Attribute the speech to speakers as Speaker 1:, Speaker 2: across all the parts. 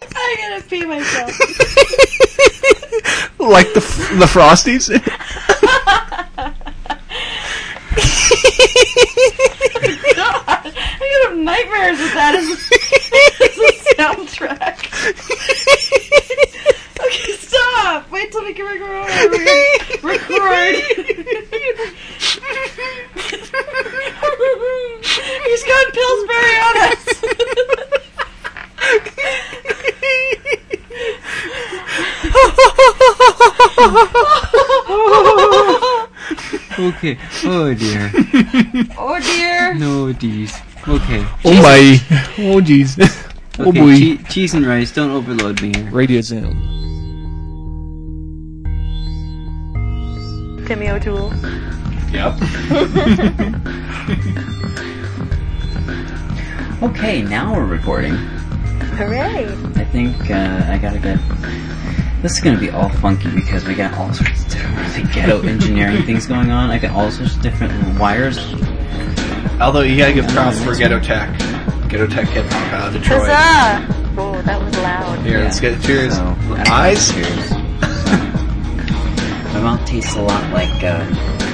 Speaker 1: I'm gonna pee myself.
Speaker 2: like the f- the Frosties.
Speaker 1: God, I have nightmares with that as a soundtrack. okay, stop. Wait till we can record. Record. He's got Pillsbury on us.
Speaker 3: Okay. Oh dear.
Speaker 1: oh dear.
Speaker 3: No geez. Okay.
Speaker 2: oh my! Oh jeez! Oh
Speaker 3: Okay.
Speaker 2: boy!
Speaker 3: che- cheese and rice. Don't overload me here.
Speaker 2: Radio Zoom.
Speaker 1: Timmy O'Toole.
Speaker 2: Yep.
Speaker 3: Okay. Now we're recording.
Speaker 1: Hooray.
Speaker 3: I think uh, I got a good. This is gonna be all funky because we got all sorts of different like, ghetto engineering things going on. I got all sorts of different wires.
Speaker 4: Although you gotta give props for Ghetto Tech. Ghetto Tech came from uh, Detroit.
Speaker 1: Huzzah. Oh, that was loud.
Speaker 4: Here, let's
Speaker 3: Yeah.
Speaker 4: get cheers.
Speaker 3: So, I don't
Speaker 4: Eyes.
Speaker 3: know, cheers. My mouth tastes a lot like uh,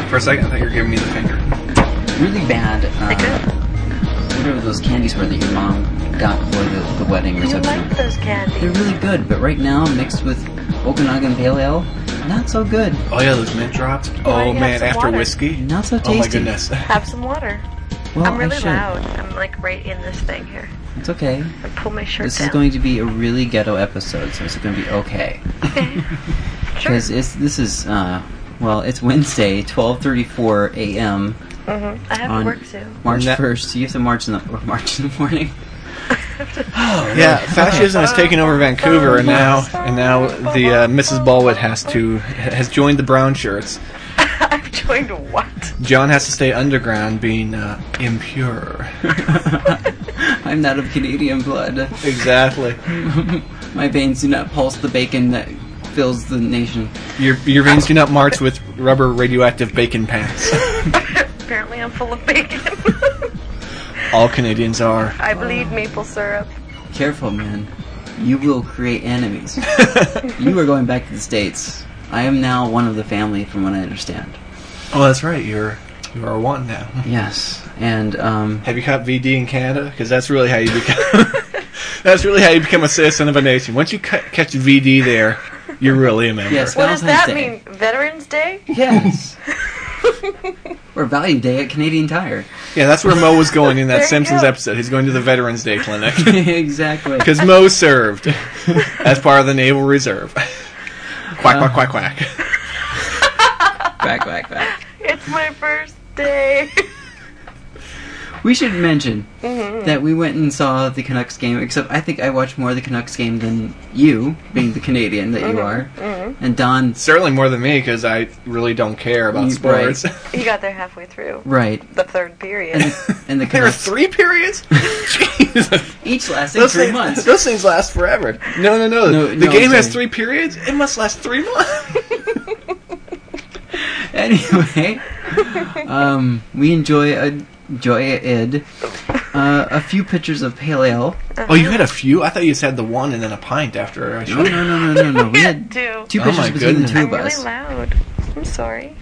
Speaker 4: For a second, I thought you were giving me the finger.
Speaker 3: really bad. Uh, whatever those candies were that your mom got for the, the wedding or
Speaker 1: You
Speaker 3: something.
Speaker 1: like those
Speaker 3: They're
Speaker 1: candies.
Speaker 3: really good, but right now mixed with Okanagan Pale Ale, not so good.
Speaker 4: Oh yeah, those mint drops.
Speaker 1: Why
Speaker 4: Oh
Speaker 1: do you have
Speaker 4: man,
Speaker 1: some
Speaker 4: after
Speaker 1: water?
Speaker 4: whiskey.
Speaker 3: Not so
Speaker 4: Oh
Speaker 3: tasty.
Speaker 4: my goodness.
Speaker 1: Have some water.
Speaker 3: Well,
Speaker 1: I'm
Speaker 3: Oh, I
Speaker 1: really
Speaker 3: should.
Speaker 1: loud. I'm like right in this thing here.
Speaker 3: It's okay.
Speaker 1: I pull my shirt
Speaker 3: This
Speaker 1: down.
Speaker 3: is going to be a really ghetto episode, so it's going to be okay.
Speaker 1: sure.
Speaker 3: Because it's this is uh, well, it's Wednesday, twelve thirty four a.m.
Speaker 1: hmm I have
Speaker 3: on
Speaker 1: to work soon.
Speaker 3: March
Speaker 4: That-
Speaker 3: first. You have to march in the or march in the morning.
Speaker 4: Yeah, fascism has taken over Vancouver, and now and now the uh, Mrs. Ballwood has to has joined the brown shirts.
Speaker 1: I've joined what?
Speaker 4: John has to stay underground, being uh, impure.
Speaker 3: I'm not of Canadian blood.
Speaker 4: exactly.
Speaker 3: My veins do not pulse the bacon that fills the nation.
Speaker 4: Your your veins do not march with rubber radioactive bacon pants.
Speaker 1: Apparently, I'm full of bacon.
Speaker 4: All Canadians are.
Speaker 1: I bleed maple syrup.
Speaker 3: Careful, man. You will create enemies. you are going back to the states. I am now one of the family, from what I understand.
Speaker 4: Oh, that's right. You're you are one now.
Speaker 3: Yes, and um,
Speaker 4: Have you caught VD in Canada? Because that's really how you become. that's really how you become a citizen of a nation. Once you ca- catch VD there, you're really a member.
Speaker 3: yes.
Speaker 1: What does
Speaker 3: Valentine's
Speaker 1: that
Speaker 3: Day.
Speaker 1: mean? Veterans Day?
Speaker 3: Yes. or Value Day at Canadian Tire.
Speaker 4: Yeah, that's where Mo was going in
Speaker 1: There you
Speaker 4: that Simpsons
Speaker 1: go.
Speaker 4: episode. He's going to the Veterans Day clinic
Speaker 3: exactly.
Speaker 4: because Mo served as part of the Naval Reserve. quack
Speaker 3: Uh.
Speaker 4: quack quack quack.
Speaker 3: Back, back, back.
Speaker 1: It's my first day.
Speaker 3: We should mention
Speaker 4: Mm-hmm.
Speaker 3: that we went and saw the Canucks game. Except I think I watched more of the Canucks game than you, being the Canadian that
Speaker 4: Mm-hmm.
Speaker 3: you are, and Don.
Speaker 4: Certainly more than me because I really don't care about
Speaker 3: You- right.
Speaker 4: sports.
Speaker 1: you got there halfway through
Speaker 3: Right.
Speaker 1: the third
Speaker 3: And
Speaker 1: period.
Speaker 3: the, and the
Speaker 4: There are
Speaker 3: Canucks
Speaker 4: three periods. Jesus.
Speaker 3: each lasting
Speaker 4: Those
Speaker 3: three
Speaker 4: things,
Speaker 3: months.
Speaker 4: those things last forever. No, no, no.
Speaker 3: No,
Speaker 4: the
Speaker 3: no, I'm
Speaker 4: game has
Speaker 3: saying-
Speaker 4: three periods. It must last three months.
Speaker 3: anyway, um, we enjoy a enjoy a id. Uh, a few pitchers of pale ale.
Speaker 1: Uh-huh.
Speaker 4: Oh, you had a few? I thought you just had the one and then a pint after. I
Speaker 3: No,
Speaker 4: showed.
Speaker 3: no, no, no, no, no. We had
Speaker 1: Two.
Speaker 3: two
Speaker 4: Oh
Speaker 3: pitchers
Speaker 4: my
Speaker 3: between the
Speaker 4: goodness.
Speaker 3: two
Speaker 1: I'm
Speaker 3: of
Speaker 1: really
Speaker 3: us.
Speaker 1: loud. I'm sorry.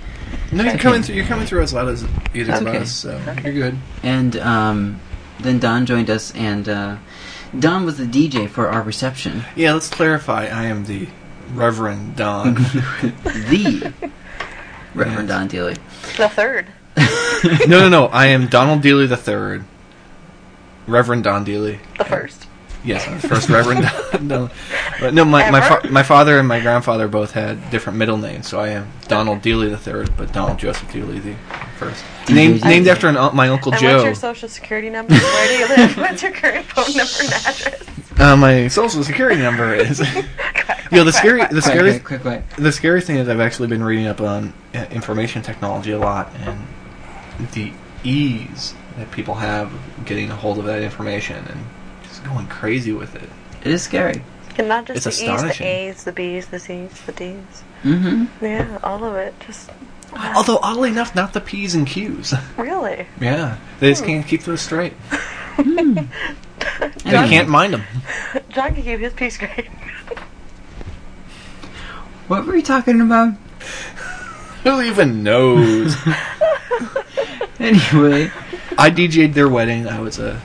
Speaker 4: no, you're coming through. You're coming through as loud as either of
Speaker 3: Okay.
Speaker 4: us. So you're good.
Speaker 3: And um, then Don joined us, and uh, Don was the DJ for our reception.
Speaker 4: Yeah, let's clarify. I am the Reverend Don.
Speaker 3: The Reverend Don Dealey.
Speaker 1: The third.
Speaker 4: no, no, no. I am Donald Dealey the Third. Reverend Don Dealey.
Speaker 1: The first.
Speaker 4: Yes, I'm the first Reverend Don. Don. But Uh, no, my my,
Speaker 1: Ever?
Speaker 4: fa- my father and my grandfather both had different middle names, so I am Donald Dealey the Third, but Donald Joseph Dealey the First. Named
Speaker 3: Dealey.
Speaker 4: named after an, un- my uncle
Speaker 1: And what's
Speaker 4: Joe.
Speaker 1: your social security number? Where do you live? What's your current phone number and address?
Speaker 4: Uh, my social security number is. Yo, the scary the
Speaker 3: Quick,
Speaker 4: scary
Speaker 3: quick, quick, quick.
Speaker 4: the scary thing is I've actually been reading up on uh, information technology a lot and the ease that people have of getting a hold of that information and just going crazy with it.
Speaker 3: It is scary.
Speaker 1: And not just
Speaker 4: It's
Speaker 1: the E's, the
Speaker 4: astonishing.
Speaker 1: A's, the B's, the C's, the D's.
Speaker 3: Mm-hmm.
Speaker 1: Yeah, all of it. Just wow.
Speaker 4: Although oddly enough, not the P's and Q's.
Speaker 1: really.
Speaker 4: Hmm. yeah, they just can't keep those straight. They can't mind them.
Speaker 1: John gave his piece grade.
Speaker 3: What were you talking about?
Speaker 4: Who even knows?
Speaker 3: Anyway,
Speaker 4: I DJ'd their wedding. I was a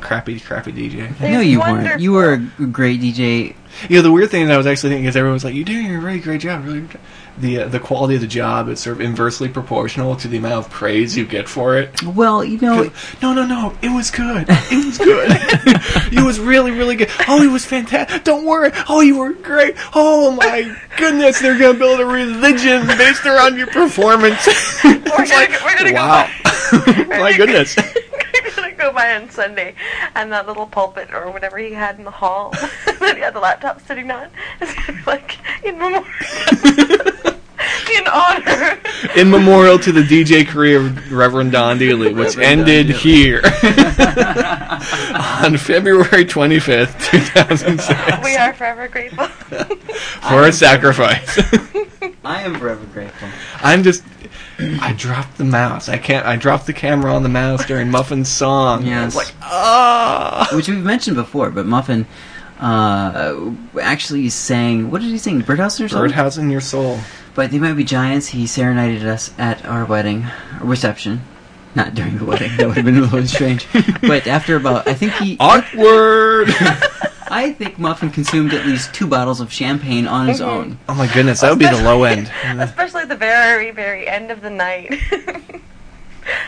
Speaker 4: crappy, crappy DJ.
Speaker 3: I know
Speaker 1: It's
Speaker 3: you
Speaker 1: wonderful.
Speaker 3: weren't. You were a great DJ.
Speaker 4: You know, the weird thing that I was actually thinking is everyone was like, "You're doing a really great job, really." Great job. The uh, the quality of the job is sort of inversely proportional to the amount of praise you get for it.
Speaker 3: Well, you know,
Speaker 4: No, no, no! It was good. It was good. it was really, really good. Oh, it was fantastic. Don't worry. Oh, you were great. Oh my goodness, they're gonna build a religion based around your performance.
Speaker 1: We're gonna, we're gonna
Speaker 4: wow! my goodness.
Speaker 1: go. We're gonna go by on Sunday, and that little pulpit or whatever he had in the hall that he had the laptop sitting on is gonna be like in memorial, in honor.
Speaker 4: In memorial to the DJ career of Reverend Don Dealey, which
Speaker 3: Reverend Don
Speaker 4: ended
Speaker 3: Dealey.
Speaker 4: here on February 25th, 2006,
Speaker 1: We are forever grateful.
Speaker 4: for a sacrifice.
Speaker 3: I am forever grateful.
Speaker 4: I'm just. I dropped the mouse. I can't. I dropped the camera on the mouse during Muffin's song. I was
Speaker 3: Yes.
Speaker 4: like, ah.
Speaker 3: Which we've mentioned before, but Muffin uh, actually sang. What did he sing? Birdhouse or something?
Speaker 4: Birdhouse in your soul.
Speaker 3: But they might be giants. He serenaded us at our wedding or reception. Not during the wedding. That would have been a little strange. But after about, I think he,
Speaker 4: Awkward.
Speaker 3: I think Muffin consumed at least two bottles of champagne on
Speaker 1: Mm-hmm.
Speaker 3: his own.
Speaker 4: oh my goodness, that would be the low end.
Speaker 1: Especially at the very, very end of the night.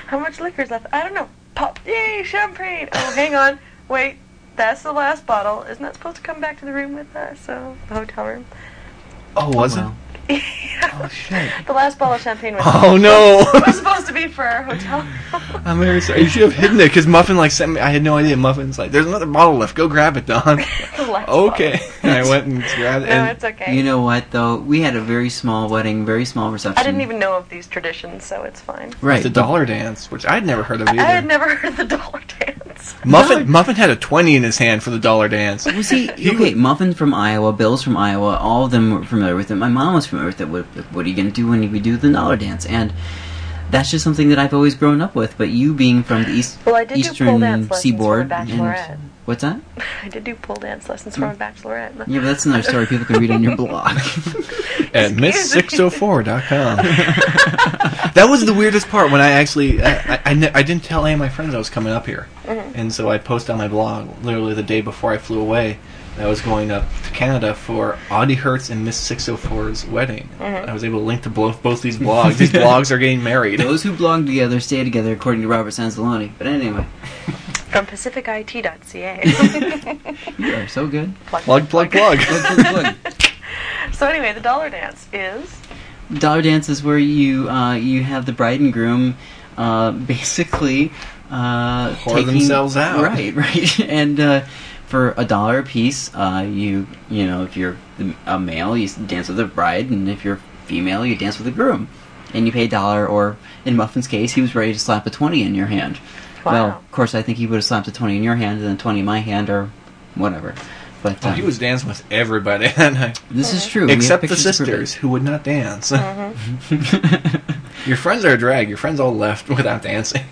Speaker 1: How much liquor's left? I don't know. Pop! Yay, champagne! Oh, hang on. Wait, that's the last bottle. Isn't that supposed to come back to the room with us? So, the hotel room.
Speaker 4: Oh, was
Speaker 3: Wow.
Speaker 4: it? Oh shit.
Speaker 1: the last bottle of champagne was,
Speaker 4: Oh no.
Speaker 1: was supposed to be for our hotel.
Speaker 4: I'm very sorry. You should have hidden it because Muffin like sent me. I had no idea. Muffin's like, there's another bottle left. Go grab it, Don.
Speaker 1: The last
Speaker 4: okay. And I went and grabbed
Speaker 1: bottle.
Speaker 4: it.
Speaker 1: No,
Speaker 4: And
Speaker 1: it's okay.
Speaker 3: You know what though? We had a very small wedding, very small reception.
Speaker 1: I didn't even know of these traditions, so it's fine.
Speaker 3: right.
Speaker 4: the dollar dance, which I'd never heard of
Speaker 1: I
Speaker 4: either.
Speaker 1: had never heard the dollar dance.
Speaker 4: Muffin Muffin had a twenty in his hand for the dollar dance.
Speaker 3: Was he,
Speaker 4: He
Speaker 3: okay? Muffin from Iowa, Bill's from Iowa. All of them were familiar with it. My mom was familiar with it. What, what are you going to do when we do the dollar dance? And that's just something that I've always grown up with. But you being from the east,
Speaker 1: Well, I did do pole
Speaker 3: eastern
Speaker 1: dance lessons
Speaker 3: seaboard,
Speaker 1: for a bachelorette.
Speaker 3: and what's that?
Speaker 1: I did do pole dance lessons
Speaker 4: Mm.
Speaker 1: for a bachelorette.
Speaker 3: Yeah, but that's another story people can read on your blog.
Speaker 4: at miss604.com. that was the weirdest part when I actually I, I, I ne- I didn't tell any of my friends I was coming up here,
Speaker 1: Mm-hmm.
Speaker 4: and so I posted on my blog literally the day before I flew away that I was going up to Canada for Audie Hertz and Miss 604's wedding.
Speaker 1: Mm-hmm.
Speaker 4: I was able to link to both both these blogs. These blogs are getting married.
Speaker 3: Those who belong together stay together, according to Robert Sanzolani. But anyway,
Speaker 1: From pacificit.ca.
Speaker 3: you are so good.
Speaker 4: Plug plug plug.
Speaker 3: Look, look, look.
Speaker 1: So anyway, the dollar dance is
Speaker 3: Dollar dance is where you uh, you have the bride and groom uh, basically uh,
Speaker 4: Whore
Speaker 3: taking-
Speaker 4: themselves out.
Speaker 3: Right, right. And uh, for a dollar a piece, uh, you you know if you're the- a male, you s- dance with the bride, and if you're female, you dance with the groom, and you pay a dollar. Or in Muffin's case, he was ready to slap a twenty in your hand. Well,
Speaker 1: Wow.
Speaker 3: of course, I think he would have slapped a twenty in your hand and then twenty in my hand, or whatever. But
Speaker 4: Oh,
Speaker 3: um,
Speaker 4: he was dancing with everybody that night,
Speaker 3: this is true. We have
Speaker 4: except the
Speaker 3: pictures to prove it.
Speaker 4: sisters who would not dance.
Speaker 1: Mm-hmm.
Speaker 4: Your friends are a drag. Your friends all left without dancing.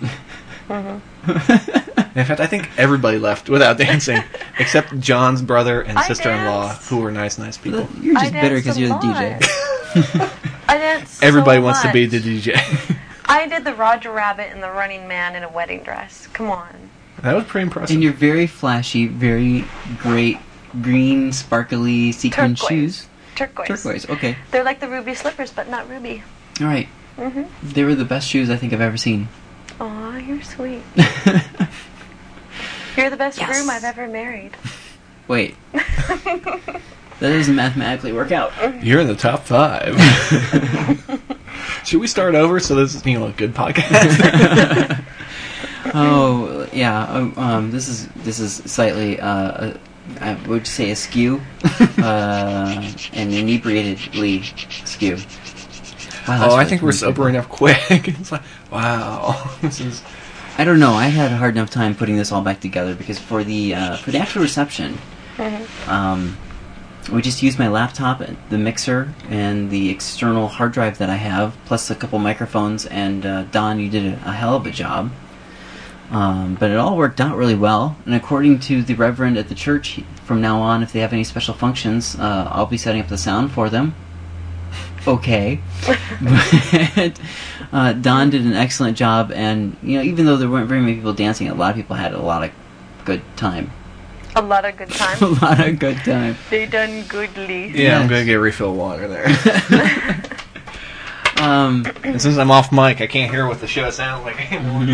Speaker 4: In fact, I think everybody left without dancing, except John's brother and
Speaker 1: I
Speaker 4: sister-in-law,
Speaker 1: danced.
Speaker 4: who were nice, nice people.
Speaker 3: You're
Speaker 1: I
Speaker 3: just bitter
Speaker 1: danced
Speaker 3: because
Speaker 1: a
Speaker 3: you're the
Speaker 1: lot.
Speaker 3: DJ.
Speaker 1: I danced. so
Speaker 4: Everybody wants to be
Speaker 1: much.
Speaker 4: the DJ.
Speaker 1: I did the Roger Rabbit and the Running Man in a wedding dress. Come on.
Speaker 4: that was pretty impressive.
Speaker 3: And your very flashy, very great green, sparkly sequin
Speaker 1: Turquoise.
Speaker 3: shoes.
Speaker 1: Turquoise.
Speaker 3: Turquoise, okay.
Speaker 1: They're like the ruby slippers, but not ruby.
Speaker 3: All right.
Speaker 1: Mhm.
Speaker 3: They were the best shoes I think I've ever seen.
Speaker 1: Aw, you're sweet. You're the best groom I've ever married.
Speaker 3: Wait. that doesn't mathematically work out.
Speaker 1: Oh,
Speaker 4: You're in the top five. Should we start over so this is you know a good podcast?
Speaker 3: Oh, yeah. um, Um, this is this is slightly, uh, I would say, askew, uh, and inebriatedly askew. Wow, that's
Speaker 4: oh, I
Speaker 3: really
Speaker 4: think we're
Speaker 3: confusing.
Speaker 4: sobering up quick. it's like, wow, this is
Speaker 3: I don't know. I had a hard enough time putting this all back together because for the uh, for the actual reception, um, we just used my laptop, and the mixer, and the external hard drive that I have, plus a couple microphones. And uh, Don, you did a, a hell of a job. Um, but it all worked out really well, and according to the reverend at the church, he- from now on, if they have any special functions, uh, I'll be setting up the sound for them. Okay, but uh, Don did an excellent job, and you know, even though there weren't very many people dancing, a lot of people had a lot of good time.
Speaker 1: A lot of good
Speaker 3: a
Speaker 1: time.
Speaker 3: lot of good time.
Speaker 1: they done goodly.
Speaker 4: Yeah, I'm
Speaker 3: Yes.
Speaker 4: gonna get refill water there.
Speaker 3: Um,
Speaker 4: and since I'm off mic, I can't hear what the show sounds like anymore.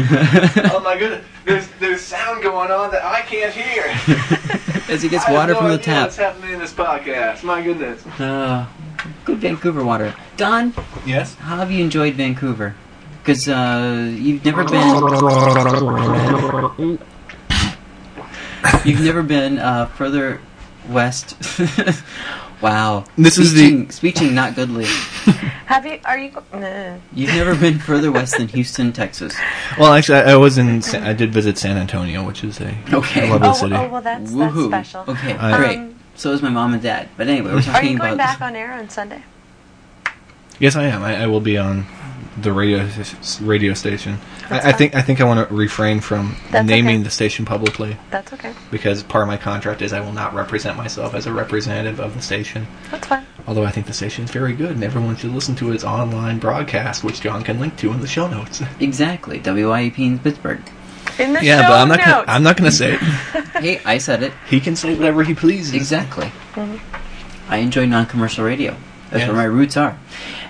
Speaker 4: oh my goodness, there's there's sound going on that I can't hear.
Speaker 3: as he gets
Speaker 4: I have
Speaker 3: water
Speaker 4: no
Speaker 3: from the
Speaker 4: idea
Speaker 3: tap.
Speaker 4: What's happening in this podcast? My goodness.
Speaker 3: Uh, good Vancouver water. Don,
Speaker 4: Yes.
Speaker 3: how have you enjoyed Vancouver? Because uh, you've
Speaker 1: Oh.
Speaker 3: never been. you've never been uh, further west. wow.
Speaker 2: This is the-
Speaker 3: speaking, speaking not goodly.
Speaker 1: Have you? Are you? Go- nah.
Speaker 3: You've never been further west than Houston, Texas.
Speaker 4: Well, actually, I, I was in. Sa- I did visit San Antonio, which is a
Speaker 3: Okay.
Speaker 4: I love
Speaker 1: Oh,
Speaker 4: the city.
Speaker 1: oh well, that's
Speaker 3: Woohoo.
Speaker 1: that's special.
Speaker 3: Okay,
Speaker 4: I-
Speaker 3: great.
Speaker 1: Um,
Speaker 3: So is my mom and dad. But anyway, we're
Speaker 1: Are
Speaker 3: talking
Speaker 1: you going
Speaker 3: about.
Speaker 1: back on air on Sunday?
Speaker 4: Yes, I am. I, I will be on the radio s- radio station.
Speaker 1: That's
Speaker 4: I, I
Speaker 1: fine.
Speaker 4: think I think I want to refrain from
Speaker 1: That's
Speaker 4: naming
Speaker 1: okay.
Speaker 4: the station publicly
Speaker 1: That's okay.
Speaker 4: because part of my contract is I will not represent myself as a representative of the station.
Speaker 1: That's fine.
Speaker 4: Although I think the station is very good and everyone should listen to its online broadcast, which John can link to in the show notes.
Speaker 3: Exactly, WYEP in Pittsburgh.
Speaker 1: In the
Speaker 4: yeah,
Speaker 1: show
Speaker 4: but I'm not gonna,
Speaker 1: notes.
Speaker 4: I'm not going to say it.
Speaker 3: Hey, I said it.
Speaker 4: He can say whatever he pleases.
Speaker 3: Exactly. I enjoy non-commercial radio. That's
Speaker 4: Mm-hmm. Yes.
Speaker 3: where my roots are.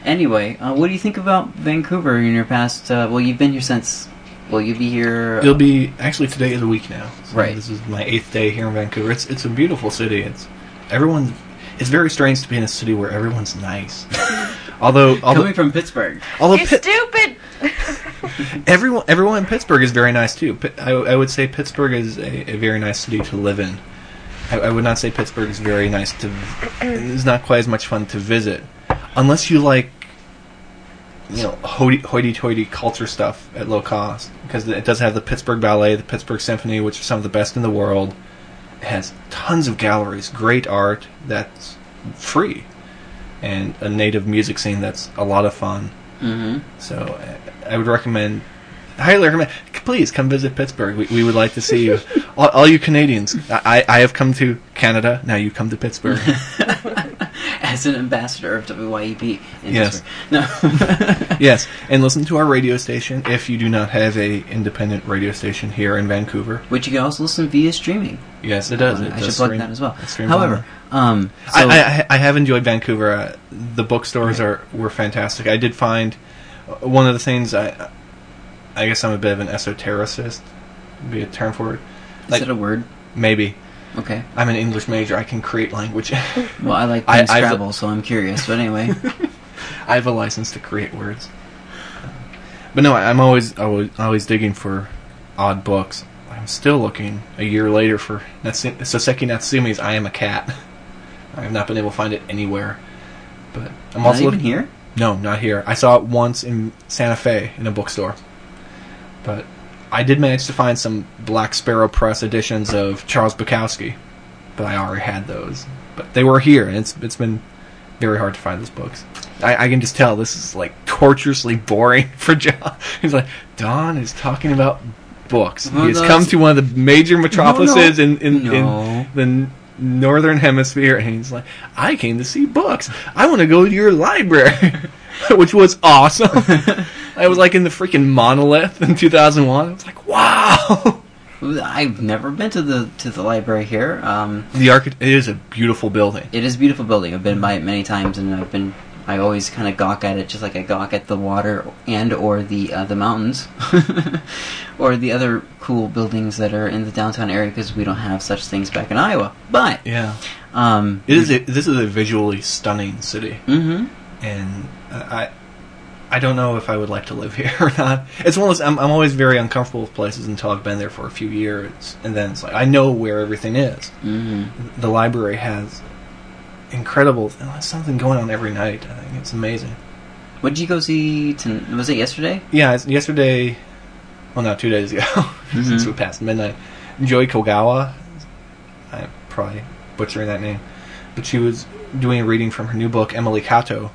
Speaker 3: Anyway, uh, what do you think about Vancouver in your past? Uh, well, you've been here since. Well, you'll be here.
Speaker 4: It'll be actually today is a week now. So
Speaker 3: Right.
Speaker 4: This is my eighth day here in Vancouver. It's it's a beautiful city. It's everyone. It's very strange to be in a city where everyone's nice. although although
Speaker 3: coming from Pittsburgh.
Speaker 4: although
Speaker 1: you
Speaker 4: Pitt,
Speaker 1: stupid.
Speaker 4: everyone everyone in Pittsburgh is very nice too. Pitt, I, I would say Pittsburgh is a, a very nice city to live in. I, I would not say Pittsburgh is very nice to. It's not quite as much fun to visit, unless you like. You know, hoity- hoity-toity culture stuff at low cost because it does have the Pittsburgh Ballet, the Pittsburgh Symphony, which are some of the best in the world. It has tons of galleries, great art that's free, and a native music scene that's a lot of fun. Mm-hmm.
Speaker 3: hmm
Speaker 4: So uh, I would recommend, highly recommend. c- Please come visit Pittsburgh. We, we would like to see you. all, all you Canadians, I, I have come to Canada. Now you come to Pittsburgh.
Speaker 3: As an ambassador of WYEP in
Speaker 4: Yes.
Speaker 3: Pittsburgh. No.
Speaker 4: yes, and listen to our radio station if you do not have a independent radio station here in Vancouver.
Speaker 3: Which you can also listen via streaming. Uh,
Speaker 4: Yes, it does. It
Speaker 3: I
Speaker 4: does
Speaker 3: should plug
Speaker 4: stream-
Speaker 3: that as well.
Speaker 4: it streams
Speaker 3: However,
Speaker 4: online.
Speaker 3: um, so
Speaker 4: I, I, I have enjoyed Vancouver. Uh, the bookstores are were fantastic. I did find uh, one of the things I, I guess I'm a bit of an esotericist, would be a term for it.
Speaker 3: is
Speaker 4: Like
Speaker 3: that a word?
Speaker 4: maybe
Speaker 3: Okay.
Speaker 4: I'm an English major. I can create language. I
Speaker 3: Well, I like
Speaker 4: I-
Speaker 3: playing
Speaker 4: I've-
Speaker 3: Scrabble, so I'm curious. But anyway,
Speaker 4: have a license to create words. But no, I- I'm always always always digging for odd books. I'm still looking a year later for Natsu- Soseki Natsumi's "I Am a Cat." I have not been able to find it anywhere. But I'm
Speaker 3: not
Speaker 4: also
Speaker 3: even
Speaker 4: looking
Speaker 3: here.
Speaker 4: No, not here. I saw it once in Santa Fe in a bookstore. But I did manage to find some Black Sparrow Press editions of Charles Bukowski, but I already had those. But they were here, and it's it's been very hard to find those books. I, I can just tell this is like torturously boring for John. He's like, Don is talking about books.
Speaker 3: Well,
Speaker 4: he has
Speaker 3: that's-
Speaker 4: come to one of the major metropolises in, in,
Speaker 3: No.
Speaker 4: in the n- northern hemisphere, and he's like, I came to see books. I want to go to your library, which was awesome. I was like in the freaking monolith in 2001. I was like, wow.
Speaker 3: I've never been to the to the library here. Um,
Speaker 4: The arch- it is a beautiful building.
Speaker 3: It is a beautiful building. I've been by it many times, and I've been. I always kind of gawk at it, just like I gawk at the water and or the uh, the mountains, or the other cool buildings that are in the downtown area because we don't have such things back in Iowa. But
Speaker 4: Yeah,
Speaker 3: um,
Speaker 4: it is. A, this is a visually stunning city.
Speaker 3: hmm
Speaker 4: and I, I don't know if I would like to live here or not. It's one of those. I'm, I'm always very uncomfortable with places until I've been there for a few years, and then it's like I know where everything is.
Speaker 3: hmm
Speaker 4: The library has incredible something going on every night. I think it's amazing.
Speaker 3: What did you go see? Ton- was it yesterday?
Speaker 4: Yeah, it's, yesterday, well, no, two days ago, since
Speaker 3: Mhm.
Speaker 4: we passed midnight, Joey Kogawa, I'm probably butchering that name, but she was doing a reading from her new book, Emily Kato,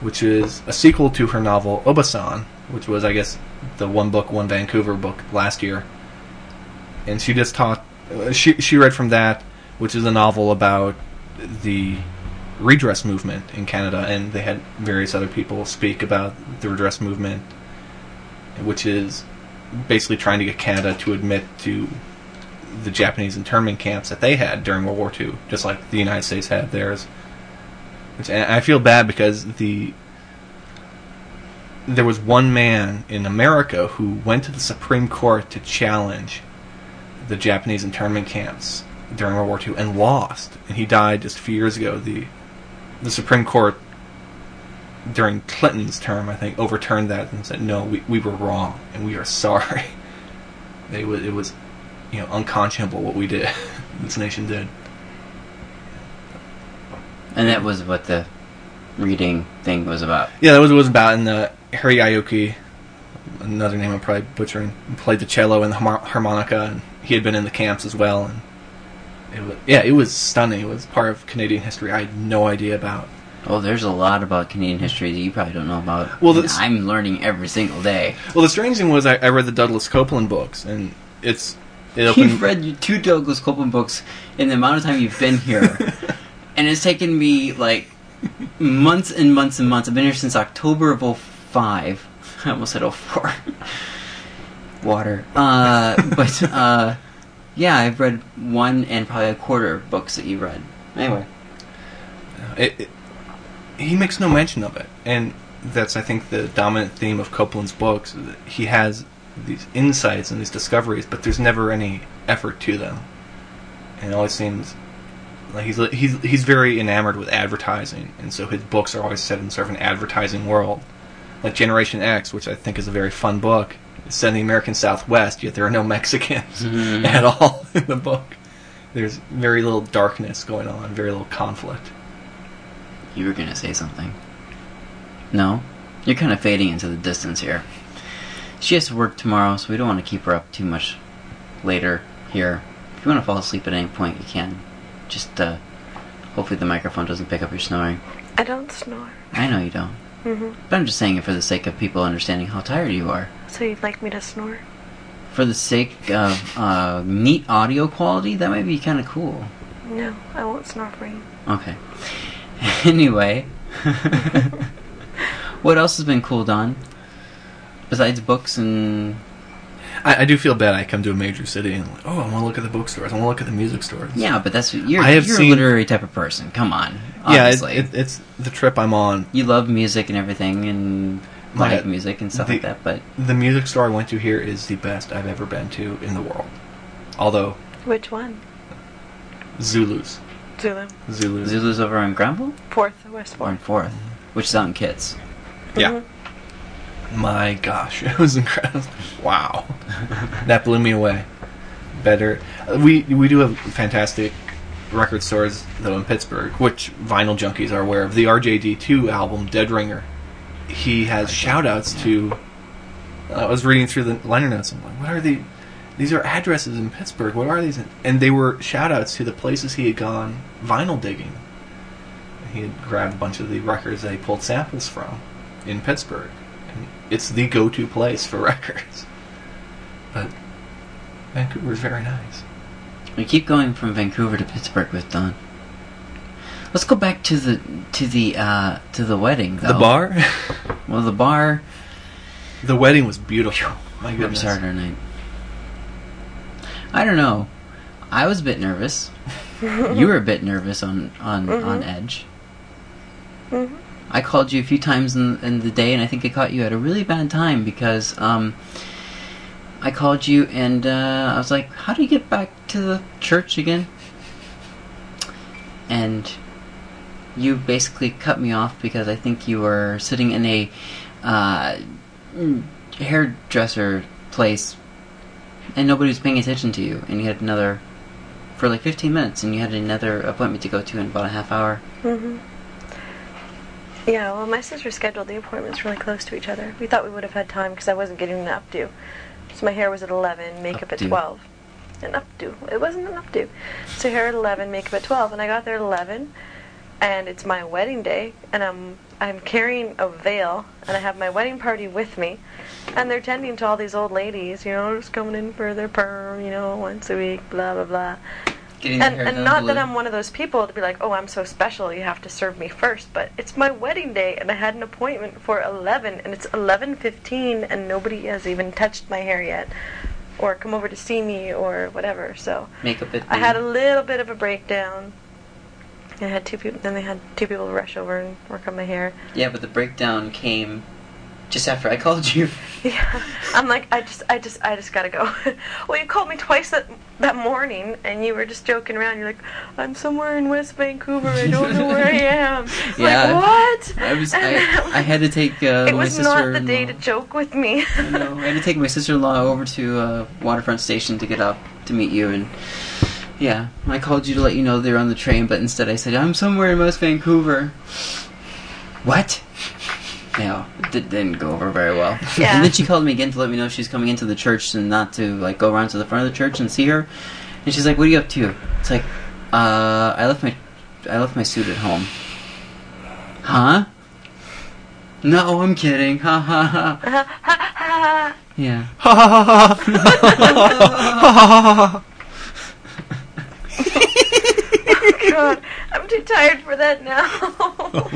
Speaker 4: which is a sequel to her novel Obasan, which was, I guess, the one book, one Vancouver book last year. And she just taught. uh, She she read from that, which is a novel about the redress movement in Canada, and they had various other people speak about the redress movement, which is basically trying to get Canada to admit to the Japanese internment camps that they had during World War II, just like the United States had theirs. Which and I feel bad because the there was one man in America who went to the Supreme Court to challenge the Japanese internment camps during World War II and lost, and he died just a few years ago. The the Supreme Court during Clinton's term, I think, overturned that and said, "No, we, we were wrong, and we are sorry." It was it was you know unconscionable what we did, this nation did.
Speaker 3: And that was what the reading thing was about.
Speaker 4: Yeah, that was what it was about. And uh, Harry Aoki, another name I'm probably butchering, played the cello and the harmo- harmonica, and he had been in the camps as well. And it was, yeah, it was stunning. It was part of Canadian history I had no idea about.
Speaker 3: Oh, there's a lot about Canadian history that you probably don't know about.
Speaker 4: Well,
Speaker 3: and
Speaker 4: this-
Speaker 3: I'm learning every single day.
Speaker 4: Well, the strange thing was I, I read the Douglas Copeland books, and it's it opened.
Speaker 3: You've read two Douglas Copeland books in the amount of time you've been here, and it's taken me like months and months and months. I've been here since October of 05. I almost said 04. Water. Uh, but uh, yeah, I've read one and probably a quarter of books that you read. Anyway,
Speaker 4: it, it, he makes no mention of it, and that's I think the dominant theme of Copeland's books. is that He has these insights and these discoveries, but there's never any effort to them, and it always seems like he's he's he's very enamored with advertising, and so his books are always set in sort of an advertising world, like Generation X, which I think is a very fun book. It's set in the American Southwest, yet there are no Mexicans
Speaker 3: Mhm.
Speaker 4: at all in the book. There's very little darkness going on, very little conflict.
Speaker 3: you were gonna say something. No, you're kind of fading into the distance here. She has to work tomorrow, so we don't want to keep her up too much later here. If you want to fall asleep at any point, you can. Just uh, hopefully the microphone doesn't pick up your snoring.
Speaker 1: I don't snore.
Speaker 3: I know you don't,
Speaker 1: hmm
Speaker 3: but I'm just saying it for the sake of people understanding how tired you are.
Speaker 1: So you'd like me to snore?
Speaker 3: For the sake of uh, neat audio quality, that might be kind of cool.
Speaker 1: No, I won't snore for you.
Speaker 3: Okay. Anyway, what else has been cool, Don? Besides books and
Speaker 4: I, I do feel bad. I come to a major city and like, oh, I want to look at the bookstores. I want to look at the music stores.
Speaker 3: yeah, but that's you're
Speaker 4: I have
Speaker 3: you're
Speaker 4: seen-
Speaker 3: a literary type of person. Come on,
Speaker 4: yeah. It,
Speaker 3: obviously
Speaker 4: it, it's the trip I'm on.
Speaker 3: you love music and everything and
Speaker 4: My-
Speaker 3: live music and stuff like
Speaker 4: the-
Speaker 3: that. But
Speaker 4: The music store I went to here is the best I've ever been to in the world. Although
Speaker 1: Which one?
Speaker 4: Zulus,
Speaker 1: Zulu.
Speaker 4: Zulus,
Speaker 3: Zulu's over on Granville
Speaker 1: Fourth, West
Speaker 3: or on
Speaker 1: Fourth.
Speaker 3: Fourth, which is out in Kits.
Speaker 1: Mm-hmm.
Speaker 4: yeah. My gosh, it was incredible. Wow, that blew me away. Better. uh, We we do have fantastic record stores though in Pittsburgh, which vinyl junkies are aware of. The RJD2 album Dead Ringer. He has shout outs to. uh, I was reading through the liner notes. I'm like, what are the? These are addresses in Pittsburgh. What are these? In? And they were shout outs to the places he had gone vinyl digging. He had grabbed a bunch of the records that he pulled samples from in Pittsburgh. And it's the go to place for records. But Vancouver's very nice.
Speaker 3: We keep going from Vancouver to Pittsburgh with Don. Let's go back to the to the uh, to the wedding though. Well, the bar.
Speaker 4: the wedding was beautiful. My
Speaker 3: I'm
Speaker 4: goodness.
Speaker 3: Saturday night. I don't know. I was a bit nervous. you were a bit nervous on on on edge.
Speaker 1: Mhm.
Speaker 3: I called you a few times in in the day, and I think I caught you at a really bad time because um. I called you and uh, I was like, "How do you get back to the church again?" And you basically cut me off because I think you were sitting in a uh, hairdresser place and nobody was paying attention to you and you had another for like 15 minutes and you had another appointment to go to in about a half hour
Speaker 1: hmm Yeah, well, my sister scheduled the appointments really close to each other. We thought we would have had time because I wasn't getting an updo. So my hair was at 11, makeup at
Speaker 3: Updo.
Speaker 1: 12. An updo. It wasn't an updo. So hair at 11, makeup at 12. And I got there at 11, and it's my wedding day, and I'm I'm carrying a veil, and I have my wedding party with me, and they're tending to all these old ladies, you know, just coming in for their perm, you know, once a week, blah blah blah.
Speaker 3: Getting
Speaker 1: And, and not that I'm one of those people to be like, oh, I'm so special, you have to serve me first. But it's my wedding day, and I had an appointment for 11, and it's 11:15, and nobody has even touched my hair yet, or come over to see me, or whatever. So
Speaker 3: makeup. It
Speaker 1: I had a little bit of a breakdown. I had two people. Then they had two people rush over and work on my hair.
Speaker 3: yeah, but the breakdown came just after I called you.
Speaker 1: Yeah, I'm like, I just, I just, I just gotta go. well, you called me twice that that morning, and you were just joking around. You're like, I'm somewhere in West Vancouver. I don't know where I am.
Speaker 3: Yeah,
Speaker 1: Like what?
Speaker 3: I was.
Speaker 1: And
Speaker 3: I,
Speaker 1: I'm
Speaker 3: I
Speaker 1: like,
Speaker 3: had to take uh,
Speaker 1: It
Speaker 3: my
Speaker 1: was not the
Speaker 3: sister-in-law-
Speaker 1: day to joke with me.
Speaker 3: I know. I had to take my sister-in-law over to uh, Waterfront Station to get up to meet you, and yeah, I called you to let you know they were on the train, but instead I said I'm somewhere in West Vancouver. What? Yeah, it did- didn't go over very well.
Speaker 1: Yeah.
Speaker 3: And then she called me again to let me know she's coming into the church and not to like go around to the front of the church and see her. And she's like, "What are you up to?" It's like, "Uh, I left my, I left my suit at home." Huh? No, I'm kidding. Ha ha ha. Yeah.
Speaker 1: Oh, God, I'm too tired for that now.
Speaker 3: Oh,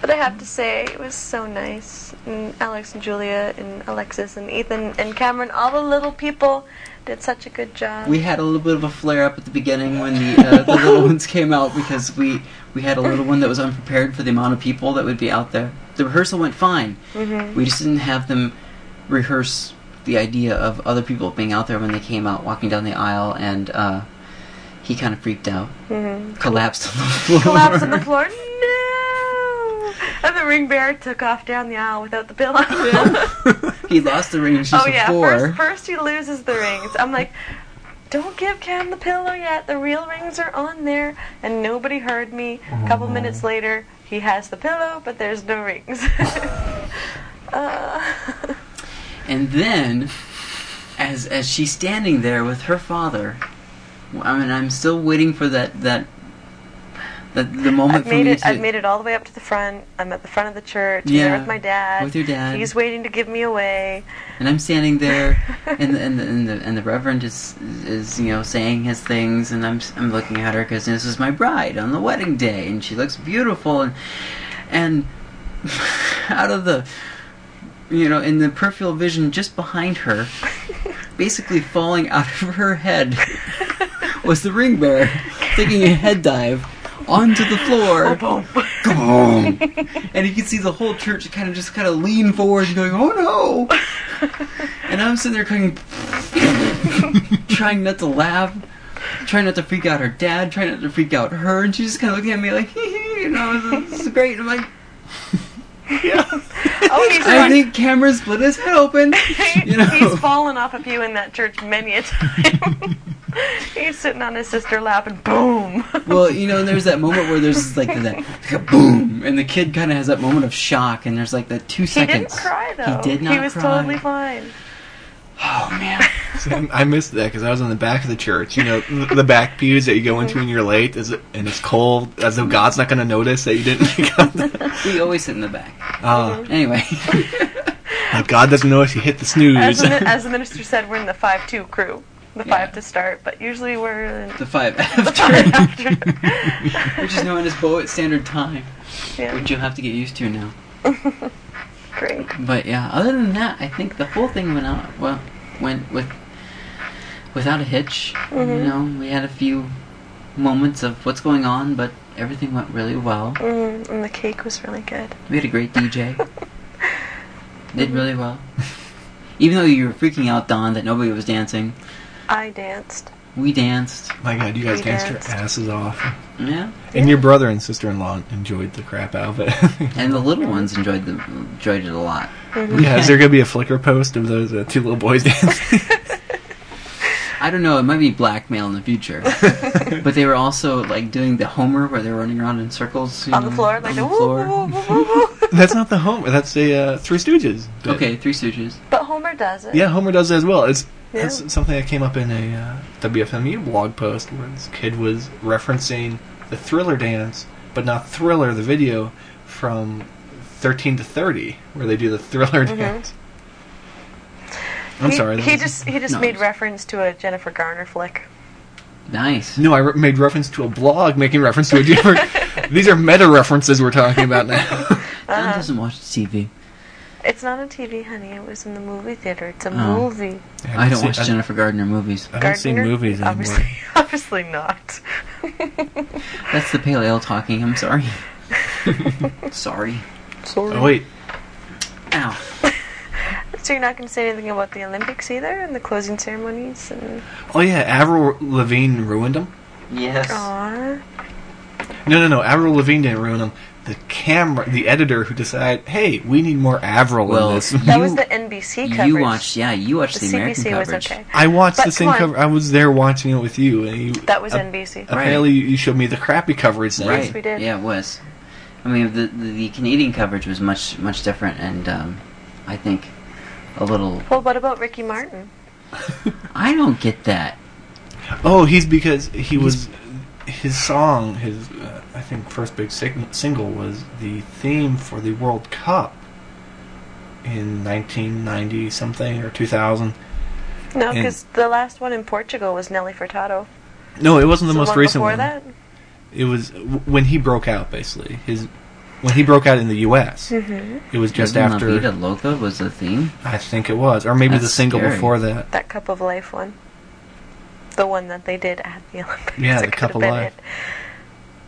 Speaker 1: But I have to say, it was so nice. And Alex and Julia and Alexis and Ethan and Cameron, all the little people did such a good job.
Speaker 3: We had a little bit of a flare up at the beginning when the, uh, the little ones came out because we we had a little one that was unprepared for the amount of people that would be out there. The rehearsal went fine.
Speaker 1: Mm-hmm.
Speaker 3: We just didn't have them rehearse the idea of other people being out there when they came out walking down the aisle, and uh, he kind of freaked out, collapsed on the floor.
Speaker 1: Mm-hmm. Collapsed on the floor. No! And the ring bearer took off down the aisle without the bill.
Speaker 3: he lost the ring just
Speaker 1: oh yeah,
Speaker 3: before.
Speaker 1: first, first he loses the rings. I'm like, don't give Cam the pillow yet. The real rings are on there, and nobody heard me. A
Speaker 3: Oh.
Speaker 1: couple minutes later, he has the pillow, but there's no rings. uh,
Speaker 3: And then, as as she's standing there with her father, I mean, I'm still waiting for that that that the moment
Speaker 1: I've
Speaker 3: for
Speaker 1: made
Speaker 3: me
Speaker 1: it.
Speaker 3: to
Speaker 1: I've made it all the way up to the front. I'm at the front of the church. I'm
Speaker 3: Yeah,
Speaker 1: there with my dad.
Speaker 3: with your dad.
Speaker 1: He's waiting to give me away.
Speaker 3: and I'm standing there, and the, and the, and the and the reverend is is you know saying his things, and I'm I'm looking at her because this is my bride on the wedding day, and she looks beautiful, and and out of the you know in the peripheral vision just behind her, basically falling out of her head was the ring bearer taking a head dive onto the floor. Boom. and you can see the whole church kind of just kind of lean forward and going, "Oh no!" And I'm sitting there going, trying not to laugh, trying not to freak out her dad, trying not to freak out her, and she's just kind of looking at me like, "Hee hee," you know, this is great. And I'm like,
Speaker 1: Oh, he's
Speaker 3: I think Cameron split his head open. You
Speaker 1: He's
Speaker 3: know,
Speaker 1: fallen off a pew in that church many a time. He's sitting on his sister lap and boom.
Speaker 3: well, you know, there's that moment where there's just like that like, boom, and the kid kind of has that moment of shock, and there's like that two
Speaker 1: he
Speaker 3: seconds.
Speaker 1: didn't cry though.
Speaker 3: He did not
Speaker 1: was
Speaker 3: cry.
Speaker 1: totally fine.
Speaker 3: Oh man.
Speaker 4: See, I I missed that because I was in the back of the church. You know, th- the back pews that you go into when you're late, is and it's cold, as though God's not going to notice that you didn't make up.
Speaker 3: We always sit in the back.
Speaker 4: Ah,
Speaker 3: Anyway.
Speaker 4: like God doesn't notice you hit the snooze.
Speaker 1: As the, min- as the minister said, we're in the five-two crew, the
Speaker 3: Yeah.
Speaker 1: five to start, but usually we're in
Speaker 3: the five after,
Speaker 1: after.
Speaker 3: which is known as Bow Standard Time,
Speaker 1: yeah,
Speaker 3: which you'll have to get used to now.
Speaker 1: great.
Speaker 3: But yeah, other than that, I think the whole thing went out well, went with without a hitch. You know, we had a few moments of what's going on, but everything went really well.
Speaker 1: Mm, and the cake was really good.
Speaker 3: We had a great DJ. Did really well. Even though you were freaking out, Don, that nobody was dancing,
Speaker 1: I danced.
Speaker 3: we danced.
Speaker 4: My God, you guys
Speaker 1: We
Speaker 4: danced your
Speaker 1: danced.
Speaker 4: asses off,
Speaker 3: Yeah,
Speaker 4: and your brother and sister-in-law enjoyed the crap out of it.
Speaker 3: and the little ones enjoyed the enjoyed it a lot.
Speaker 1: Mm-hmm.
Speaker 4: yeah, is there going to be a Flickr post of those uh, two little boys dancing?
Speaker 3: I don't know. It might be blackmail in the future. but they were also like doing the Homer, where they were running around in circles you
Speaker 1: On the
Speaker 3: know,
Speaker 1: floor, like
Speaker 3: on
Speaker 1: the
Speaker 3: the
Speaker 1: woo, woo, woo,
Speaker 3: floor.
Speaker 1: woo, woo.
Speaker 4: that's not the Homer. That's the uh, Three Stooges. bit.
Speaker 3: Okay, Three Stooges.
Speaker 1: But Homer does it.
Speaker 4: Yeah, Homer does it as well. It's
Speaker 1: Yeah.
Speaker 4: E that's something that came up in a uh, WFMU blog post where this kid was referencing the Thriller dance, but not Thriller the video from 13 to 30, where they do the Thriller dance. I'm
Speaker 1: Mm-hmm. he,
Speaker 4: sorry. that
Speaker 1: He
Speaker 4: was-
Speaker 1: just he just
Speaker 3: No,
Speaker 1: made
Speaker 3: it's-
Speaker 1: reference to a Jennifer Garner flick.
Speaker 3: Nice.
Speaker 4: No, I re- made reference to a blog making reference to a different. These are meta references we're talking about
Speaker 1: Uh-huh.
Speaker 4: now.
Speaker 3: Don doesn't watch TV.
Speaker 1: It's not on TV, honey. It was in the movie theater. It's a
Speaker 3: Oh.
Speaker 1: movie.
Speaker 3: I don't
Speaker 4: see-
Speaker 3: watch Jennifer Gardner movies.
Speaker 4: I don't see
Speaker 1: Gardner?
Speaker 4: movies anymore.
Speaker 1: Obviously, obviously not.
Speaker 3: That's the pale ale talking. I'm sorry. sorry.
Speaker 1: Sorry.
Speaker 4: Oh wait,
Speaker 3: Ow.
Speaker 1: So you're not going to say anything about the Olympics either, and the closing ceremonies, and
Speaker 4: oh yeah, Avril Lavigne ruined him.
Speaker 3: Yes.
Speaker 1: Aww.
Speaker 4: No, no, no. Avril Lavigne didn't ruin him. The camera, the editor who decided, hey, we need more Avril
Speaker 3: Well,
Speaker 4: in this.
Speaker 1: That
Speaker 3: You-
Speaker 1: was the NBC coverage.
Speaker 3: You watched, yeah, you watched
Speaker 1: the
Speaker 3: the, American
Speaker 1: CBC was
Speaker 3: coverage.
Speaker 1: okay.
Speaker 4: I watched
Speaker 1: But
Speaker 4: the same
Speaker 1: come on.
Speaker 4: cover. I was there watching it with you, and you.
Speaker 1: That was
Speaker 4: a-
Speaker 1: NBC.
Speaker 4: Apparently, you you showed me the crappy coverage. Then.
Speaker 3: Right.
Speaker 1: we did.
Speaker 3: Yeah, it was. I mean, the, the the Canadian coverage was much much different, and um, I think a little.
Speaker 1: Well, what about Ricky Martin?
Speaker 3: I don't get that.
Speaker 4: Oh, he's because he was his song, his uh, I think first big sing- single was the theme for the World Cup in 1990 something or 2000.
Speaker 1: No,
Speaker 4: And-
Speaker 1: because the last one in Portugal was Nelly Furtado.
Speaker 4: No, it wasn't the most
Speaker 1: one
Speaker 4: recent
Speaker 1: before
Speaker 4: one.
Speaker 1: that.
Speaker 4: It was w- when he broke out basically. His when he broke out in the U.S.
Speaker 1: Mm-hmm.
Speaker 4: It was just
Speaker 3: Even La
Speaker 4: after
Speaker 3: Vida Loca was the theme.
Speaker 4: I think it was, or maybe the
Speaker 3: That's
Speaker 4: single
Speaker 3: scary.
Speaker 4: before that.
Speaker 1: That Cup of Life one. The one that they did at the Olympics.
Speaker 4: Yeah, the
Speaker 1: It could
Speaker 4: Cup
Speaker 1: have
Speaker 4: of
Speaker 1: been
Speaker 4: Life.
Speaker 1: it.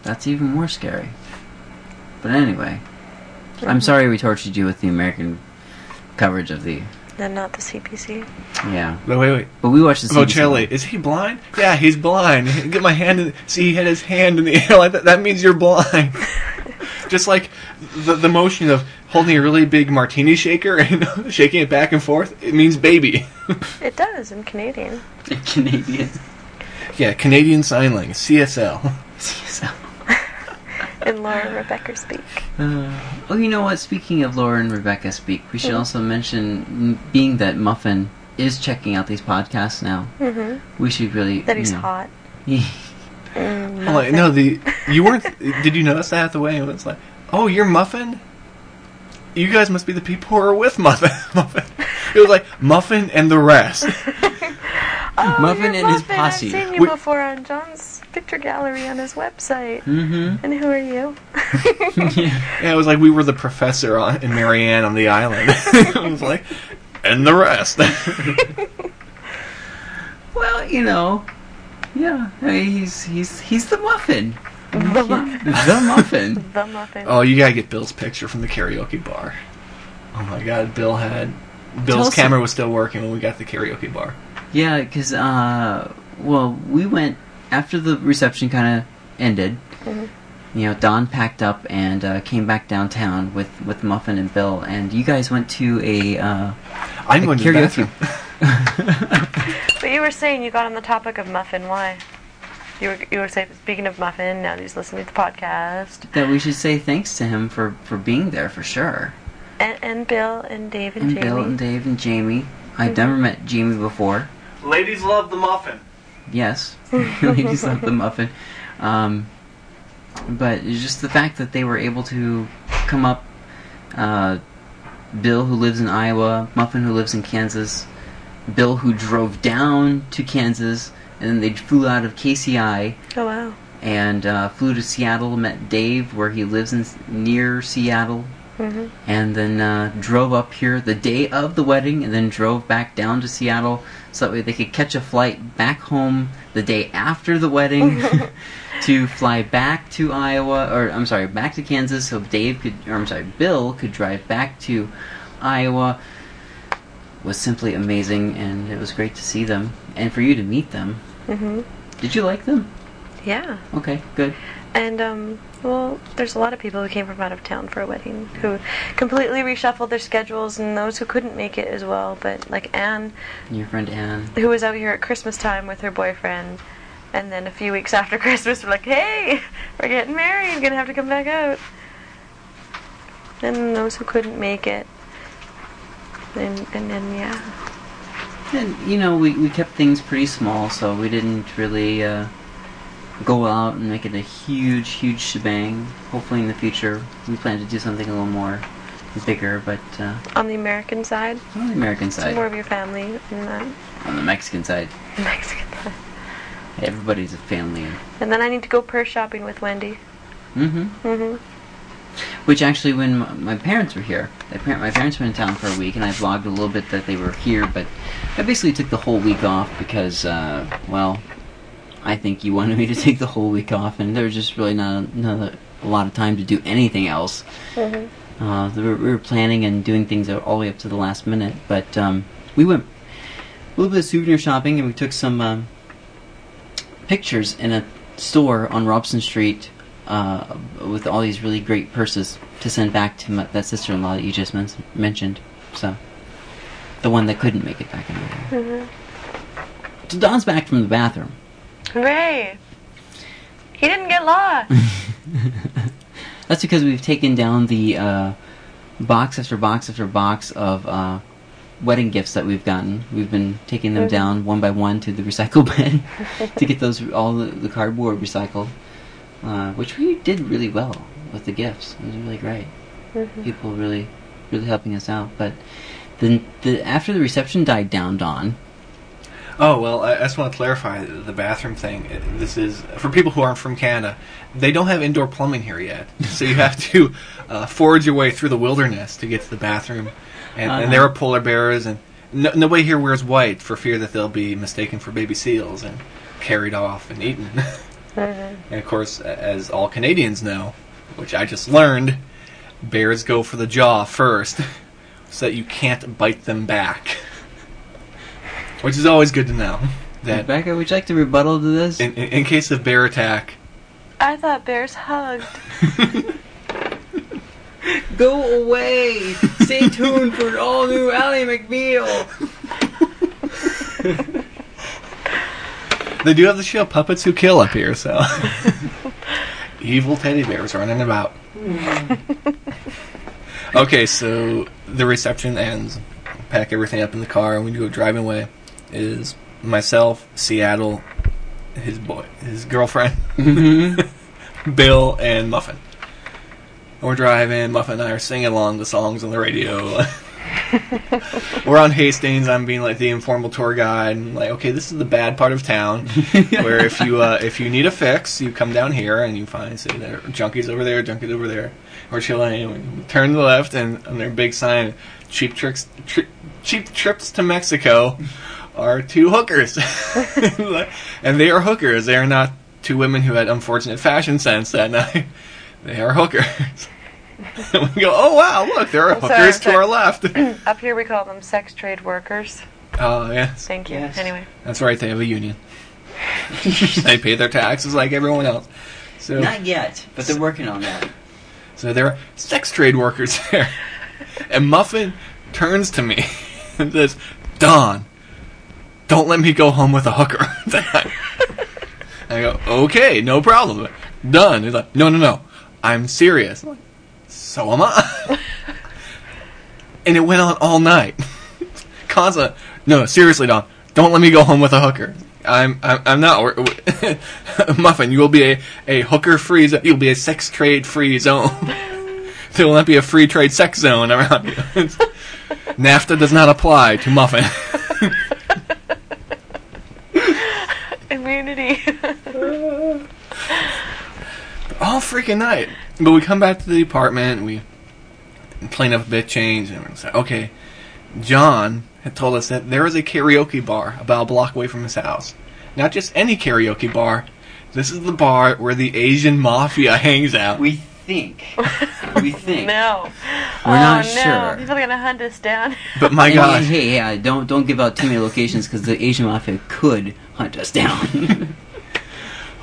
Speaker 3: That's even more scary. But anyway, I'm sorry we tortured you with the American coverage of the
Speaker 1: And not the CBC.
Speaker 3: yeah.
Speaker 4: But wait, wait.
Speaker 3: But we watched the
Speaker 4: Oh,
Speaker 3: CBC
Speaker 4: Bocelli, is he blind? Yeah, he's blind. Get my hand in. See, he had his hand in the air. Like that, that means you're blind. Just like the, the motion of holding a really big martini shaker and shaking it back and forth, it means baby.
Speaker 1: It does in Canadian.
Speaker 3: in Canadian.
Speaker 4: yeah, Canadian Sign Language, CSL.
Speaker 3: So-
Speaker 1: In Laura Rebecca speak.
Speaker 3: oh, you know what? Speaking of Laura and Rebecca speak, we
Speaker 1: Oh.
Speaker 3: should also mention, mm, being that Muffin is checking out these podcasts now,
Speaker 1: hmm
Speaker 3: we should really
Speaker 1: That
Speaker 3: you
Speaker 1: he's
Speaker 3: know-
Speaker 1: hot. Mm,
Speaker 4: I'm like, no, the you weren't. Did you notice that at the way? It was like, oh, you're Muffin. You guys must be the people who are with Muffin. Muffin. It was like Muffin and the rest.
Speaker 1: Oh,
Speaker 3: Muffin
Speaker 1: you're
Speaker 3: and his
Speaker 1: Muffin.
Speaker 3: posse.
Speaker 1: I've seen you
Speaker 4: We-
Speaker 1: before on John's picture gallery on his website.
Speaker 3: hmm
Speaker 1: And who are you?
Speaker 4: Yeah, it was like we were the professor on, in Marianne on the island. it was like, and the rest.
Speaker 3: Well, you know, yeah, I mean, he's he's he's the muffin,
Speaker 1: the Muffin.
Speaker 3: the muffin.
Speaker 1: The Muffin.
Speaker 4: oh, you gotta get Bill's picture from the karaoke bar. Oh my God, Bill had
Speaker 3: Tell
Speaker 4: Bill's
Speaker 3: us-
Speaker 4: camera was still working when we got the karaoke bar.
Speaker 3: Yeah, because uh, well, we went after the reception kind of ended.
Speaker 1: Mm-hmm.
Speaker 3: You know, Don packed up and uh, came back downtown with with Muffin and Bill, and you guys went to a. Uh,
Speaker 4: I'm
Speaker 3: A
Speaker 4: going to the
Speaker 3: karaoke-
Speaker 4: bathroom.
Speaker 1: But you were saying you got on the topic of Muffin. Why? You were, you were saying, speaking of Muffin, now he's listening to the podcast.
Speaker 3: that we should say thanks to him for for being there for sure.
Speaker 1: And, and Bill and Dave and,
Speaker 3: And
Speaker 1: Jamie.
Speaker 3: Bill and Dave and Jamie. I've never met Jamie before.
Speaker 4: Ladies love the muffin.
Speaker 3: Yes, ladies love the muffin. Um, but it's just the fact that they were able to come up, uh, Bill who lives in Iowa, Muffin who lives in Kansas, Bill who drove down to Kansas, and then they flew out of KCI
Speaker 1: Oh, wow.
Speaker 3: and uh, flew to Seattle, met Dave where he lives in near Seattle,
Speaker 1: Mhm.
Speaker 3: and then uh, drove up here the day of the wedding, and then drove back down to Seattle so that way they could catch a flight back home the day after the wedding to fly back to Iowa, or I'm sorry, back to Kansas, so Dave could, or I'm sorry, Bill could drive back to Iowa. Was simply amazing, and it was great to see them, and for you to meet them.
Speaker 1: hmm
Speaker 3: Did you like them?
Speaker 1: Yeah.
Speaker 3: Okay, good.
Speaker 1: And, um, well, there's a lot of people who came from out of town for a wedding who completely reshuffled their schedules and those who couldn't make it as well. But, like, Anne,
Speaker 3: Your friend Anne.
Speaker 1: who was out here at Christmas time with her boyfriend. And then a few weeks after Christmas, we're like, hey, we're getting married. We're going to have to come back out. And those who couldn't make it. And, and then, yeah.
Speaker 3: And you know, we, we kept things pretty small, so we didn't really uh, go out and make it a huge, huge shebang. Hopefully, in the future, we plan to do something a little more bigger, but uh,
Speaker 1: On the American side,
Speaker 3: on the American
Speaker 1: some more
Speaker 3: side,
Speaker 1: of your family and then
Speaker 3: on the Mexican side,
Speaker 1: the Mexican side.
Speaker 3: everybody's a family.
Speaker 1: And then I need to go purse shopping with Wendy.
Speaker 3: Mm-hmm.
Speaker 1: hmm
Speaker 3: Which actually, when m- my parents were here, my, par- my parents were in town for a week, and I vlogged a little bit that they were here, but I basically took the whole week off because, uh, well, I think you wanted me to take the whole week off, and there was just really not, not a lot of time to do anything else.
Speaker 1: Mm-hmm.
Speaker 3: Uh, we, were, we were planning and doing things all the way up to the last minute, but um, we went a little bit of souvenir shopping, and we took some um, pictures in a store on Robson Street uh, with all these really great purses to send back to my, that sister-in-law that you just men- mentioned. So, the one that couldn't make it back in the mm
Speaker 1: Mm-hmm.
Speaker 3: So Don's back from the bathroom.
Speaker 1: Hooray! He didn't get lost.
Speaker 3: That's because we've taken down the uh, box after box after box of uh, wedding gifts that we've gotten. We've been taking them down one by one to the recycle bin to get those all the, the cardboard recycled, uh, which we did really well with the gifts. It was really great. People really, really helping us out. But then the, after the reception died down, Don.
Speaker 4: Oh well, I I just want to clarify the bathroom thing. This is for people who aren't from Canada. They don't have indoor plumbing here yet, so you have to uh, forge your way through the wilderness to get to the bathroom. And, and there are polar bears, and no, nobody here wears white for fear that they'll be mistaken for baby seals and carried off and eaten. And of course, a- as all Canadians know, which I just learned, bears go for the jaw first, so that you can't bite them back. Which is always good to know. That
Speaker 3: Rebecca, would you like to rebuttal to this?
Speaker 4: in, in, in case of bear attack,
Speaker 1: I thought bears hugged.
Speaker 3: Go away! Stay tuned for an all new Ally McBeal!
Speaker 4: they do have the show Puppets Who Kill up here, so. Evil teddy bears running about. okay, so the reception ends. Pack everything up in the car, and we go driving away. It Is myself, Seattle, his boy, his girlfriend, Bill, and Muffin. We're driving. Muffin and I are singing along the songs on the radio. We're on Hastings. I'm being like the informal tour guide, and like, okay, this is the bad part of town, where if you uh, if you need a fix, you come down here and you find say there are junkies over there, junkies over there. We're chilling. And we turn to the left, and on their big sign, cheap tricks, tri- cheap trips to Mexico, are two hookers, and they are hookers. They are not two women who had unfortunate fashion sense that night. They are hookers. and we go, oh wow, look, there are
Speaker 1: I'm sorry,
Speaker 4: hookers
Speaker 1: I'm
Speaker 4: to our
Speaker 1: sorry.
Speaker 4: left.
Speaker 1: Up here we call them sex trade workers.
Speaker 4: Oh yes,
Speaker 1: Thank you.
Speaker 3: Yes.
Speaker 1: Anyway,
Speaker 4: that's right. They have a union. they pay their taxes like everyone else. So,
Speaker 3: Not yet, but they're working on that.
Speaker 4: so there are sex trade workers there. And Muffin turns to me and says, "Don, don't let me go home with a hooker." I go, "Okay, no problem." Done. He's like, "No, no, no, I'm serious." I'm like, so am I. and it went on all night. Constantly, no, seriously, Don, don't let me go home with a hooker. I'm, I'm, I'm not. wor- Muffin, you will be a, a hooker free zone. You'll be a sex trade free zone. there will not be a free trade sex zone around you. NAFTA does not apply to Muffin.
Speaker 1: immunity.
Speaker 4: all freaking night. But we come back to the apartment, we clean up a bit, change, and we say, okay, John had told us that there is a karaoke bar about a block away from his house. Not just any karaoke bar. This is the bar where the Asian mafia hangs out.
Speaker 3: We think. We think.
Speaker 1: no.
Speaker 3: We're
Speaker 1: oh,
Speaker 3: not
Speaker 1: no.
Speaker 3: sure.
Speaker 1: People are gonna hunt us down.
Speaker 4: but my
Speaker 3: And,
Speaker 4: God,
Speaker 3: hey, yeah, don't don't give out too many locations because the Asian mafia could hunt us down.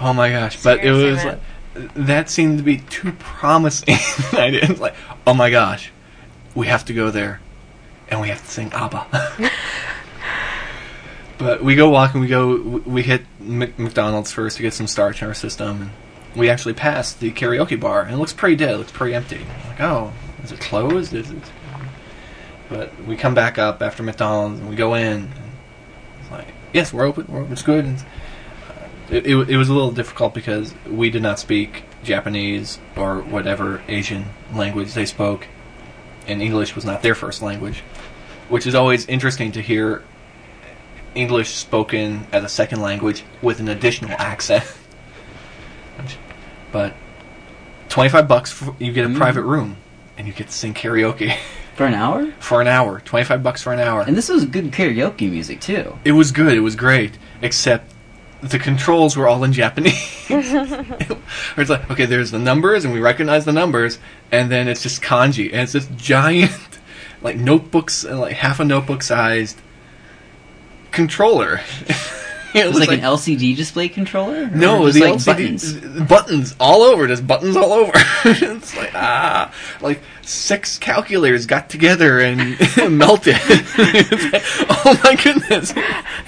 Speaker 4: oh my gosh! But it
Speaker 1: Seriously,
Speaker 4: was
Speaker 1: man.
Speaker 4: like, that seemed to be too promising. I didn't like. Oh my gosh, we have to go there, and we have to sing ABBA. But we go walking. We go. We hit Mc- McDonald's first to get some starch in our system. And we actually passed the karaoke bar, and it looks pretty dead. It looks pretty empty. Like, oh, is it closed? Is it? But we come back up after McDonald's, and we go in. And it's like, yes, we're open. We're open. It's good. And, uh, it, it, it was a little difficult because we did not speak Japanese or whatever Asian language they spoke, and English was not their first language, which is always interesting to hear English spoken as a second language with an additional accent. but twenty-five bucks, for, you get a
Speaker 3: Mm.
Speaker 4: private room, and you get to sing karaoke
Speaker 3: For an hour?
Speaker 4: for an hour. Twenty-five bucks for an hour.
Speaker 3: And this was good karaoke music, too.
Speaker 4: It was good. It was great. Except the controls were all in Japanese. Where it's like, okay, there's the numbers, and we recognize the numbers, and then it's just kanji, and it's this giant, like notebooks, and like half a notebook sized controller. it
Speaker 3: It was like, an LCD display controller? Or
Speaker 4: no, it was
Speaker 3: just
Speaker 4: the
Speaker 3: like
Speaker 4: LCD
Speaker 3: buttons.
Speaker 4: buttons. all over, just buttons all over. it's like ah, like six calculators got together and melted. It's like, oh my goodness!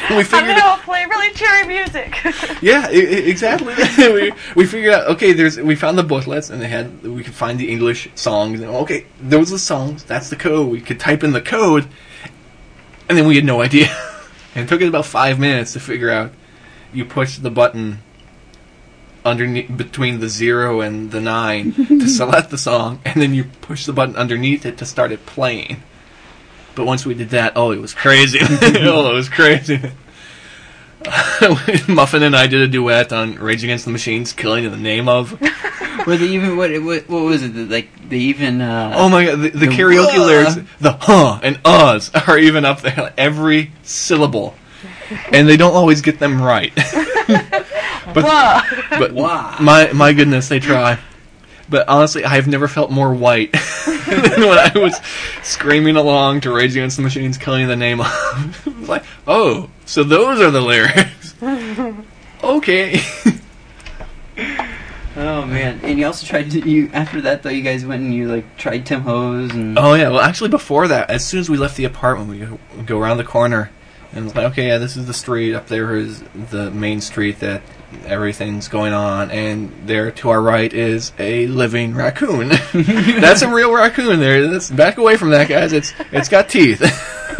Speaker 4: We
Speaker 1: I'm
Speaker 4: figured
Speaker 1: gonna all play really cheery music.
Speaker 4: yeah, I- I- exactly. we, we figured out okay, there's we found the booklets and they had we could find the English songs and okay, those are the songs. That's the code. We could type in the code, and then we had no idea. and it took us about five minutes to figure out. You push the button underneath between the zero and the nine to select the song, and then you push the button underneath it to start it playing. But once we did that, oh, it was crazy! oh, it was crazy. Muffin and I did a duet on Rage Against the Machines, "Killing in the Name of."
Speaker 3: Were they even, what, what, what was it? that, Like, they even, uh,
Speaker 4: Oh my god, the, the
Speaker 3: The
Speaker 4: karaoke
Speaker 3: wah.
Speaker 4: lyrics, the huh and uhs are even up there, like, every syllable, and they don't always get them right. but
Speaker 1: Whoa.
Speaker 4: but
Speaker 3: Wah.
Speaker 4: my my goodness, they try. But honestly, I have never felt more white than when I was screaming along to Rage Against the Machines, "Killing in the Name of." It was like, oh, so those are the lyrics. okay.
Speaker 3: Oh man! And you also tried to you after that though. You guys went and you like tried Tim Ho's and
Speaker 4: Oh yeah. Well, actually, before that, as soon as we left the apartment, we go- go around the corner, and it's like, okay, yeah, this is the street. Up there is the main street that everything's going on, and there to our right is a living raccoon. that's a real raccoon. There. That's back away from that, guys. It's it's got teeth.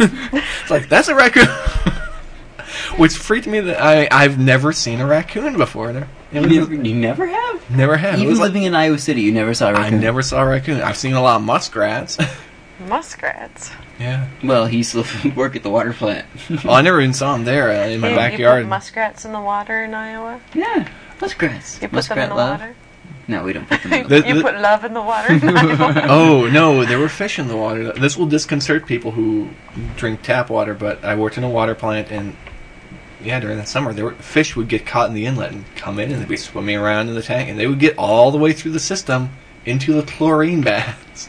Speaker 4: it's like that's a raccoon. Which freaked me that I I've never seen a raccoon before. There, it
Speaker 3: you
Speaker 4: was-
Speaker 3: never, you never have.
Speaker 4: never have. It
Speaker 3: Even
Speaker 4: was like-
Speaker 3: living in Iowa City, you never saw a
Speaker 4: I
Speaker 3: raccoon.
Speaker 4: never saw a raccoon. I've seen a lot of muskrats.
Speaker 1: Muskrats.
Speaker 4: yeah.
Speaker 3: Well, he used to work at the water plant.
Speaker 4: Oh, I never even saw them there uh, in my
Speaker 1: You- You
Speaker 4: backyard.
Speaker 1: put muskrats in the water in Iowa.
Speaker 3: yeah, muskrats.
Speaker 1: You put them in
Speaker 3: Muskrat
Speaker 1: the
Speaker 3: love.
Speaker 1: water.
Speaker 3: No, we don't put them. in the-
Speaker 4: The-
Speaker 1: you
Speaker 4: the-
Speaker 1: put love in the water. in Iowa.
Speaker 4: oh no, there were fish in the water. This will disconcert people who drink tap water. But I worked in a water plant, and yeah, during the summer, there were, fish would get caught in the inlet and come in, and they'd be swimming around in the tank, and they would get all the way through the system into the chlorine baths.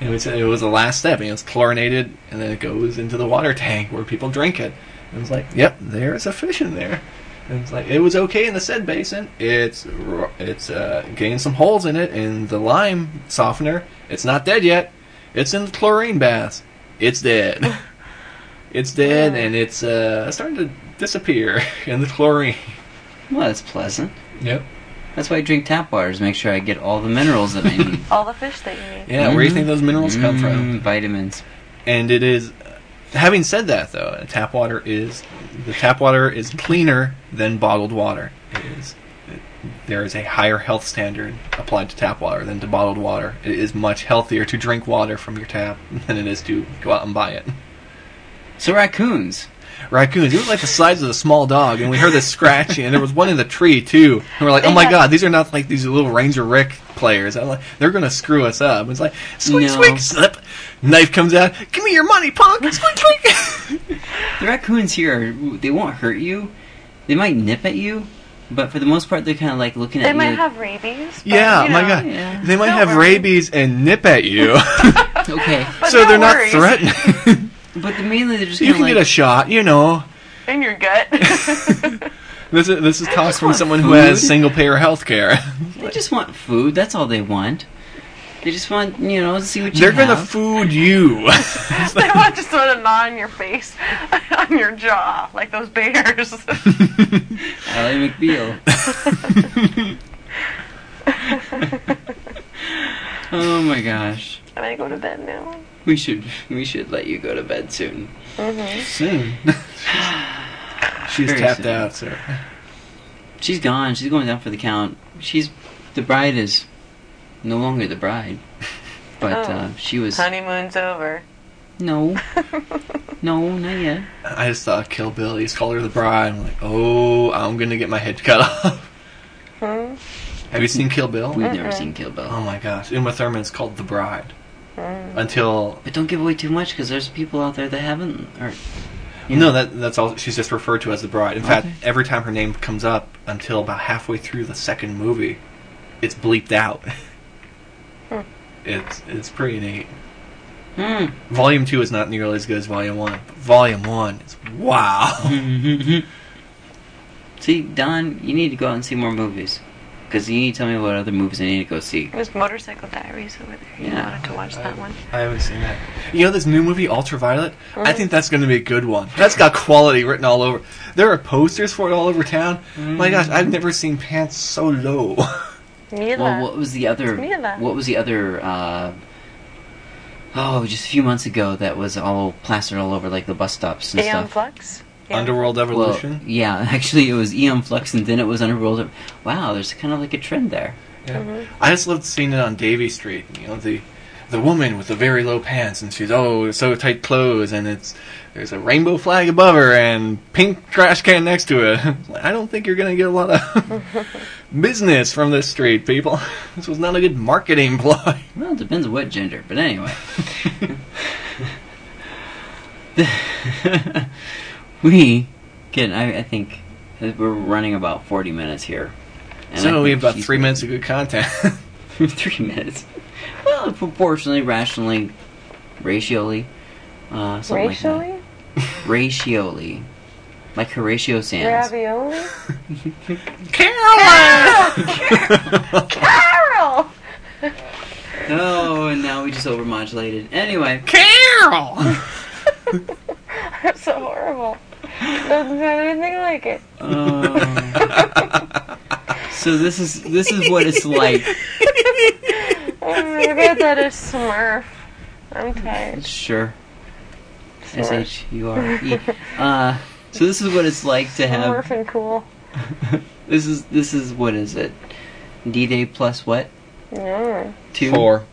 Speaker 4: And it was, it was the last step, and it was chlorinated, and then it goes into the water tank where people drink it. And it's like, yep, there's a fish in there. And it's like it was okay in the said basin. It's ro- it's uh, getting some holes in it in the lime softener. It's not dead yet. It's in the chlorine bath. It's dead. it's dead and it's uh, starting to disappear in the chlorine.
Speaker 3: Well, that's pleasant.
Speaker 4: Yep.
Speaker 3: That's why I drink tap water to make sure I get all the minerals that I need.
Speaker 1: All the fish that you need.
Speaker 4: Yeah. Where do
Speaker 3: Mm-hmm.
Speaker 4: you think those minerals come from?
Speaker 3: Mm, vitamins.
Speaker 4: and it is having said that though tap water is the tap water is cleaner than bottled water it is there is a higher health standard applied to tap water than to bottled water it is much healthier to drink water from your tap than it is to go out and buy it
Speaker 3: So raccoons.
Speaker 4: raccoons it was like the size of a small dog and we heard this scratching and there was one in the tree too and we're like oh my
Speaker 1: Yeah.
Speaker 4: god these are not like these little ranger rick players i'm like they're gonna screw us up it's like squeak
Speaker 3: No.
Speaker 4: squeak slip knife comes out give me your money punk squeak squeak
Speaker 3: The raccoons here, are, they won't hurt you. They might nip at you, but for the most part, they're kind of like looking
Speaker 1: They
Speaker 3: at
Speaker 1: might
Speaker 3: you.
Speaker 1: have rabies. but,
Speaker 4: Yeah,
Speaker 1: you
Speaker 4: my
Speaker 1: know.
Speaker 4: God.
Speaker 3: Yeah.
Speaker 4: They might
Speaker 1: Don't
Speaker 4: have
Speaker 1: worry.
Speaker 4: rabies and nip at you,
Speaker 3: have. Okay,
Speaker 1: But
Speaker 4: so
Speaker 1: no
Speaker 4: they're
Speaker 1: worries.
Speaker 4: not threatening.
Speaker 3: but the- mainly they're just.
Speaker 4: you can
Speaker 3: kinda
Speaker 4: get
Speaker 3: like,
Speaker 4: a shot, you know.
Speaker 1: In your gut.
Speaker 4: This is this is talks from
Speaker 3: want
Speaker 4: someone who has
Speaker 3: food.
Speaker 4: single payer health care.
Speaker 3: They just want food. That's all they want. They just want, you know, to see what you
Speaker 4: They're
Speaker 3: have.
Speaker 4: gonna food you.
Speaker 1: they want just want to gnaw on your face, on your jaw, like those bears.
Speaker 3: Ally McBeal. oh my gosh.
Speaker 1: Can I go to bed now?
Speaker 3: We should we should let you go to bed soon. Mm-hmm.
Speaker 4: Soon. She's
Speaker 3: Very
Speaker 4: tapped
Speaker 3: soon.
Speaker 4: out, sir.
Speaker 3: She's gone. She's going down for the count. She's the bride is no longer the bride, but
Speaker 1: Oh.
Speaker 3: uh, she was
Speaker 1: Honeymoon's over.
Speaker 3: no, no, not yet.
Speaker 4: I just thought Kill Bill. He's called her the bride. I'm like, oh, I'm gonna get my head cut off.
Speaker 1: Hmm?
Speaker 4: Have you seen Kill Bill?
Speaker 3: We've
Speaker 1: Mm. Uh-uh.
Speaker 3: never seen Kill Bill.
Speaker 4: Oh my gosh, Uma Thurman's called the bride.
Speaker 1: Mm.
Speaker 4: Until
Speaker 3: But don't give away too much because there's people out there that haven't. Or you
Speaker 4: no, that that's all. She's just referred to as the bride. In fact,
Speaker 3: Okay.
Speaker 4: every time her name comes up, until about halfway through the second movie, it's bleeped out.
Speaker 1: Hmm.
Speaker 4: It's it's pretty neat.
Speaker 3: Hmm.
Speaker 4: Volume two is not nearly as good as Volume one. But volume one is
Speaker 3: Mm-hmm.
Speaker 4: wow.
Speaker 3: see, Don, you need to go out and see more movies because you need to tell me what other movies I need to go see.
Speaker 1: There's Motorcycle Diaries over there. You
Speaker 3: Yeah.
Speaker 1: wanted to watch that one.
Speaker 4: I haven't seen that. You know this new movie, Ultraviolet? I think that's going to be a good one. That's got quality written all over. There are posters for it all over town. My gosh, I've never seen pants so low.
Speaker 1: Mila.
Speaker 3: Well, what was the other?
Speaker 1: It's Mila.
Speaker 3: What was the other? Uh, oh, just a few months ago, that was all plastered all over like the bus stops and
Speaker 1: Aeon
Speaker 3: stuff.
Speaker 1: Flux. Yeah.
Speaker 4: Underworld
Speaker 3: Well,
Speaker 4: Evolution.
Speaker 3: yeah, actually, it was Eon Flux, and then it was Underworld. Wow, there's kind of like a trend there.
Speaker 4: Yeah.
Speaker 3: Mm-hmm.
Speaker 4: I just loved seeing it on Davy Street. You know the the woman with the very low pants, and she's oh so tight clothes, and it's there's a rainbow flag above her and pink trash can next to it. Like, I don't think you're gonna get a lot of business from this street, people. This was not a good marketing ploy.
Speaker 3: Well, it depends on what gender, but anyway. we get. I, I think that we're running about forty minutes here. And I
Speaker 4: so we
Speaker 3: think
Speaker 4: have about
Speaker 3: she's
Speaker 4: three
Speaker 3: been-
Speaker 4: minutes of good content.
Speaker 3: three minutes. Well, proportionally, rationally, racially, uh, something like
Speaker 1: Racially?
Speaker 3: that. Racially, like Horatio Sands.
Speaker 1: Ravioli?
Speaker 4: Carol!
Speaker 1: Carol!
Speaker 3: Oh, and now we just overmodulated. Anyway,
Speaker 4: Carol!
Speaker 1: That's so horrible. Doesn't sound anything like it.
Speaker 3: uh, Um, so this is this is what it's like.
Speaker 1: Oh, Maybe I better Smurf. I'm tired.
Speaker 3: Sure. S H U R E. Uh, so this is what it's like to
Speaker 1: Smurf
Speaker 3: have.
Speaker 1: and cool.
Speaker 3: This is this is what is it? D Day plus what?
Speaker 1: Mm.
Speaker 3: Two
Speaker 4: Four.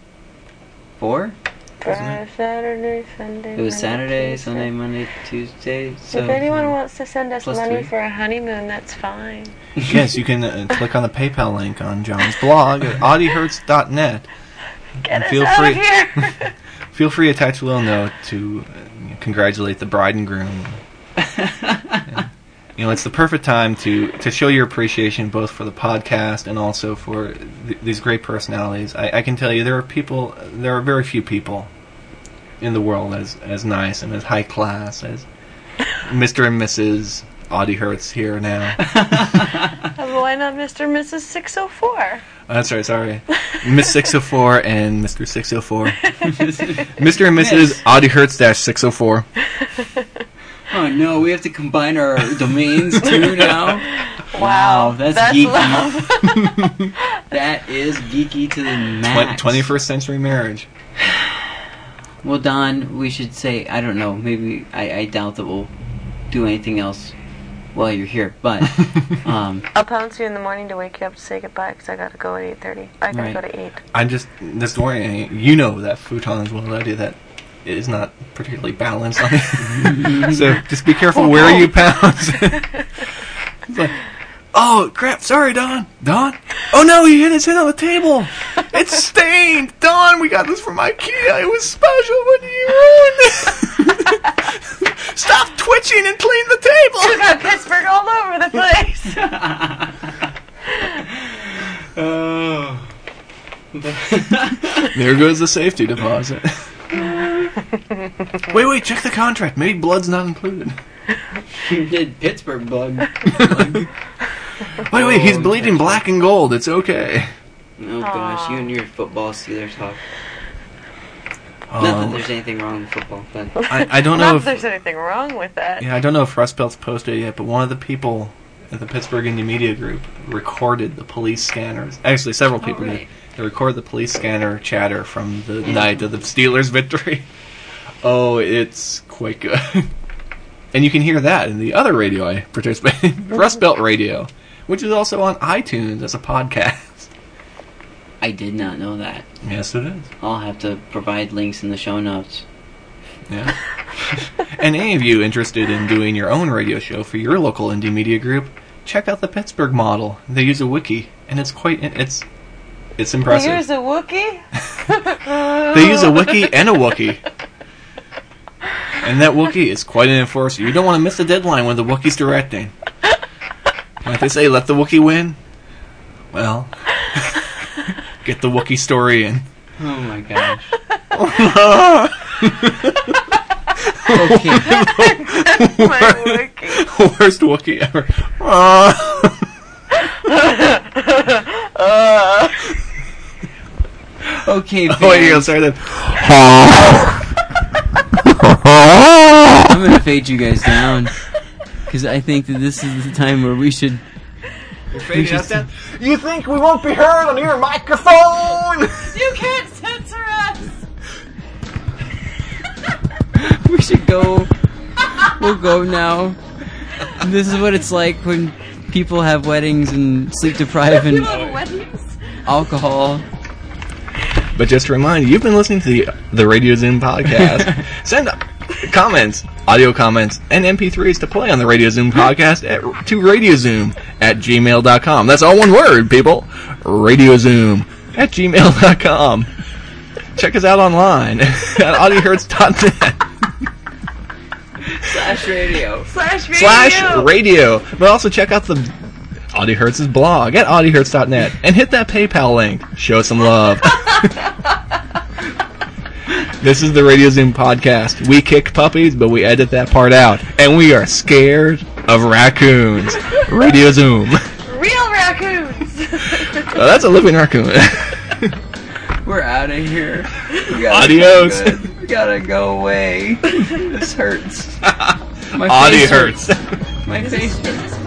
Speaker 3: four?
Speaker 1: Friday, Saturday, Sunday.
Speaker 3: It was
Speaker 1: Monday, Tuesday.
Speaker 3: Saturday, Sunday, Monday, Tuesday. So mm,
Speaker 1: if anyone wants to send us
Speaker 3: Plus
Speaker 1: money
Speaker 3: three.
Speaker 1: for a honeymoon, that's fine.
Speaker 4: yes, you can uh, click on the PayPal link on John's blog at audihurts.net.
Speaker 1: Get us
Speaker 4: Feel
Speaker 1: out
Speaker 4: free.
Speaker 1: of here.
Speaker 4: Feel free to attach a little note to uh, you know, congratulate the bride and groom. You know, it's the perfect time to, to show your appreciation both for the podcast and also for th- these great personalities. I, I can tell you, there are people, there are very few people in the world as as nice and as high class as Mr. and Mrs. Audie Hertz here now.
Speaker 1: Oh, Why not Mr. and Mrs. 604?
Speaker 4: Oh, that's right, sorry. Miss 604 and oh Mr. 604. Mr. and Mrs. Audie Hertz dash 604.
Speaker 3: oh no, we have to combine our domains too now. Wow, that's geeky.
Speaker 1: love.
Speaker 3: That is geeky to the max.
Speaker 4: Twenty first century marriage.
Speaker 3: Well, Don, we should say I don't know. Maybe I, I doubt that we'll do anything else while you're here. But um,
Speaker 1: I'll pounce you in the morning to wake you up to say goodbye because I gotta go at 8.30. I gotta
Speaker 3: Right.
Speaker 1: go to 8.
Speaker 4: I'm just this morning. You know that futon is one that I do that it is not particularly balanced. On so just be careful where you pounce. It's like, oh crap! Sorry, Don. Don. Oh no, he hit his head on the table. It's stained. Don, we got this from IKEA. It was special when you ruined it. Stop twitching and clean the
Speaker 1: We
Speaker 4: table.
Speaker 1: got Pittsburgh all over the place.
Speaker 3: oh.
Speaker 4: There goes the safety deposit. wait, wait, check the contract. Maybe blood's not included.
Speaker 3: did Pittsburgh bug. oh
Speaker 4: Wait, wait, he's
Speaker 3: Oh,
Speaker 4: bleeding
Speaker 3: okay.
Speaker 4: black and gold. It's okay.
Speaker 3: Oh, gosh, you and your football Steeler talk. Not that
Speaker 4: Um,
Speaker 3: there's anything wrong with football, but
Speaker 4: I, I don't
Speaker 1: Not
Speaker 4: know
Speaker 1: that
Speaker 4: if
Speaker 1: there's anything wrong with that.
Speaker 4: yeah, I don't know if Rust Belt's posted it yet, but one of the people at the Pittsburgh Indie Media Group recorded the police scanners. Actually, several people
Speaker 3: right.
Speaker 4: did. They recorded the police scanner chatter from the night of the Steelers' victory. Oh, it's quite good. and you can hear that in the other radio I participate in, Rust Belt Radio, which is also on iTunes as a podcast.
Speaker 3: I did not know that.
Speaker 4: Yes, it is.
Speaker 3: I'll have to provide links in the show notes.
Speaker 4: Yeah. and any of you interested in doing your own radio show for your local indie media group, check out the Pittsburgh model. They use a wiki, and it's quite it's it's impressive.
Speaker 1: Here's a Wookie.
Speaker 4: They use a wiki and a Wookie. And that Wookie is quite an enforcer. You don't want to miss the deadline when the Wookie's directing. Like they say, let the Wookie win. Well, get the Wookie story in.
Speaker 3: Oh my gosh.
Speaker 1: My Wookie.
Speaker 4: Worst Wookie ever. Ah.
Speaker 3: Okay,
Speaker 4: oh, wait,
Speaker 3: fans,
Speaker 4: I'm sorry. That.
Speaker 3: I'm gonna fade you guys down because I think that this is the time where we should.
Speaker 4: Fade out that. You think we won't be heard on your microphone?
Speaker 1: You can't censor us.
Speaker 3: We should go. We'll go now. This is what it's like when people have weddings and sleep deprived and
Speaker 1: weddings.
Speaker 3: alcohol.
Speaker 4: But just to remind you, you've been listening to the the Radio Zoom podcast. Send comments, audio comments, and MP3s to play on the Radio Zoom podcast at to radiozoom at gmail.com. That's all one word, people. Radiozoom at gmail.com. Check us out online at audiohertz.net
Speaker 3: Slash radio.
Speaker 1: Slash radio.
Speaker 4: slash radio. But also check out the Audiohertz's blog at audiohertz.net and hit that PayPal link. Show us some love. this is the Radio Zoom podcast. We kick puppies, but we edit that part out. And we are scared of raccoons. Radio Zoom.
Speaker 1: Real raccoons.
Speaker 4: Well, that's a living raccoon.
Speaker 3: We're out of here. We gotta
Speaker 4: Adios.
Speaker 3: feel good. We gotta go away. This hurts. My
Speaker 4: Audie
Speaker 3: face
Speaker 4: hurts.
Speaker 3: My face hurts.
Speaker 1: This is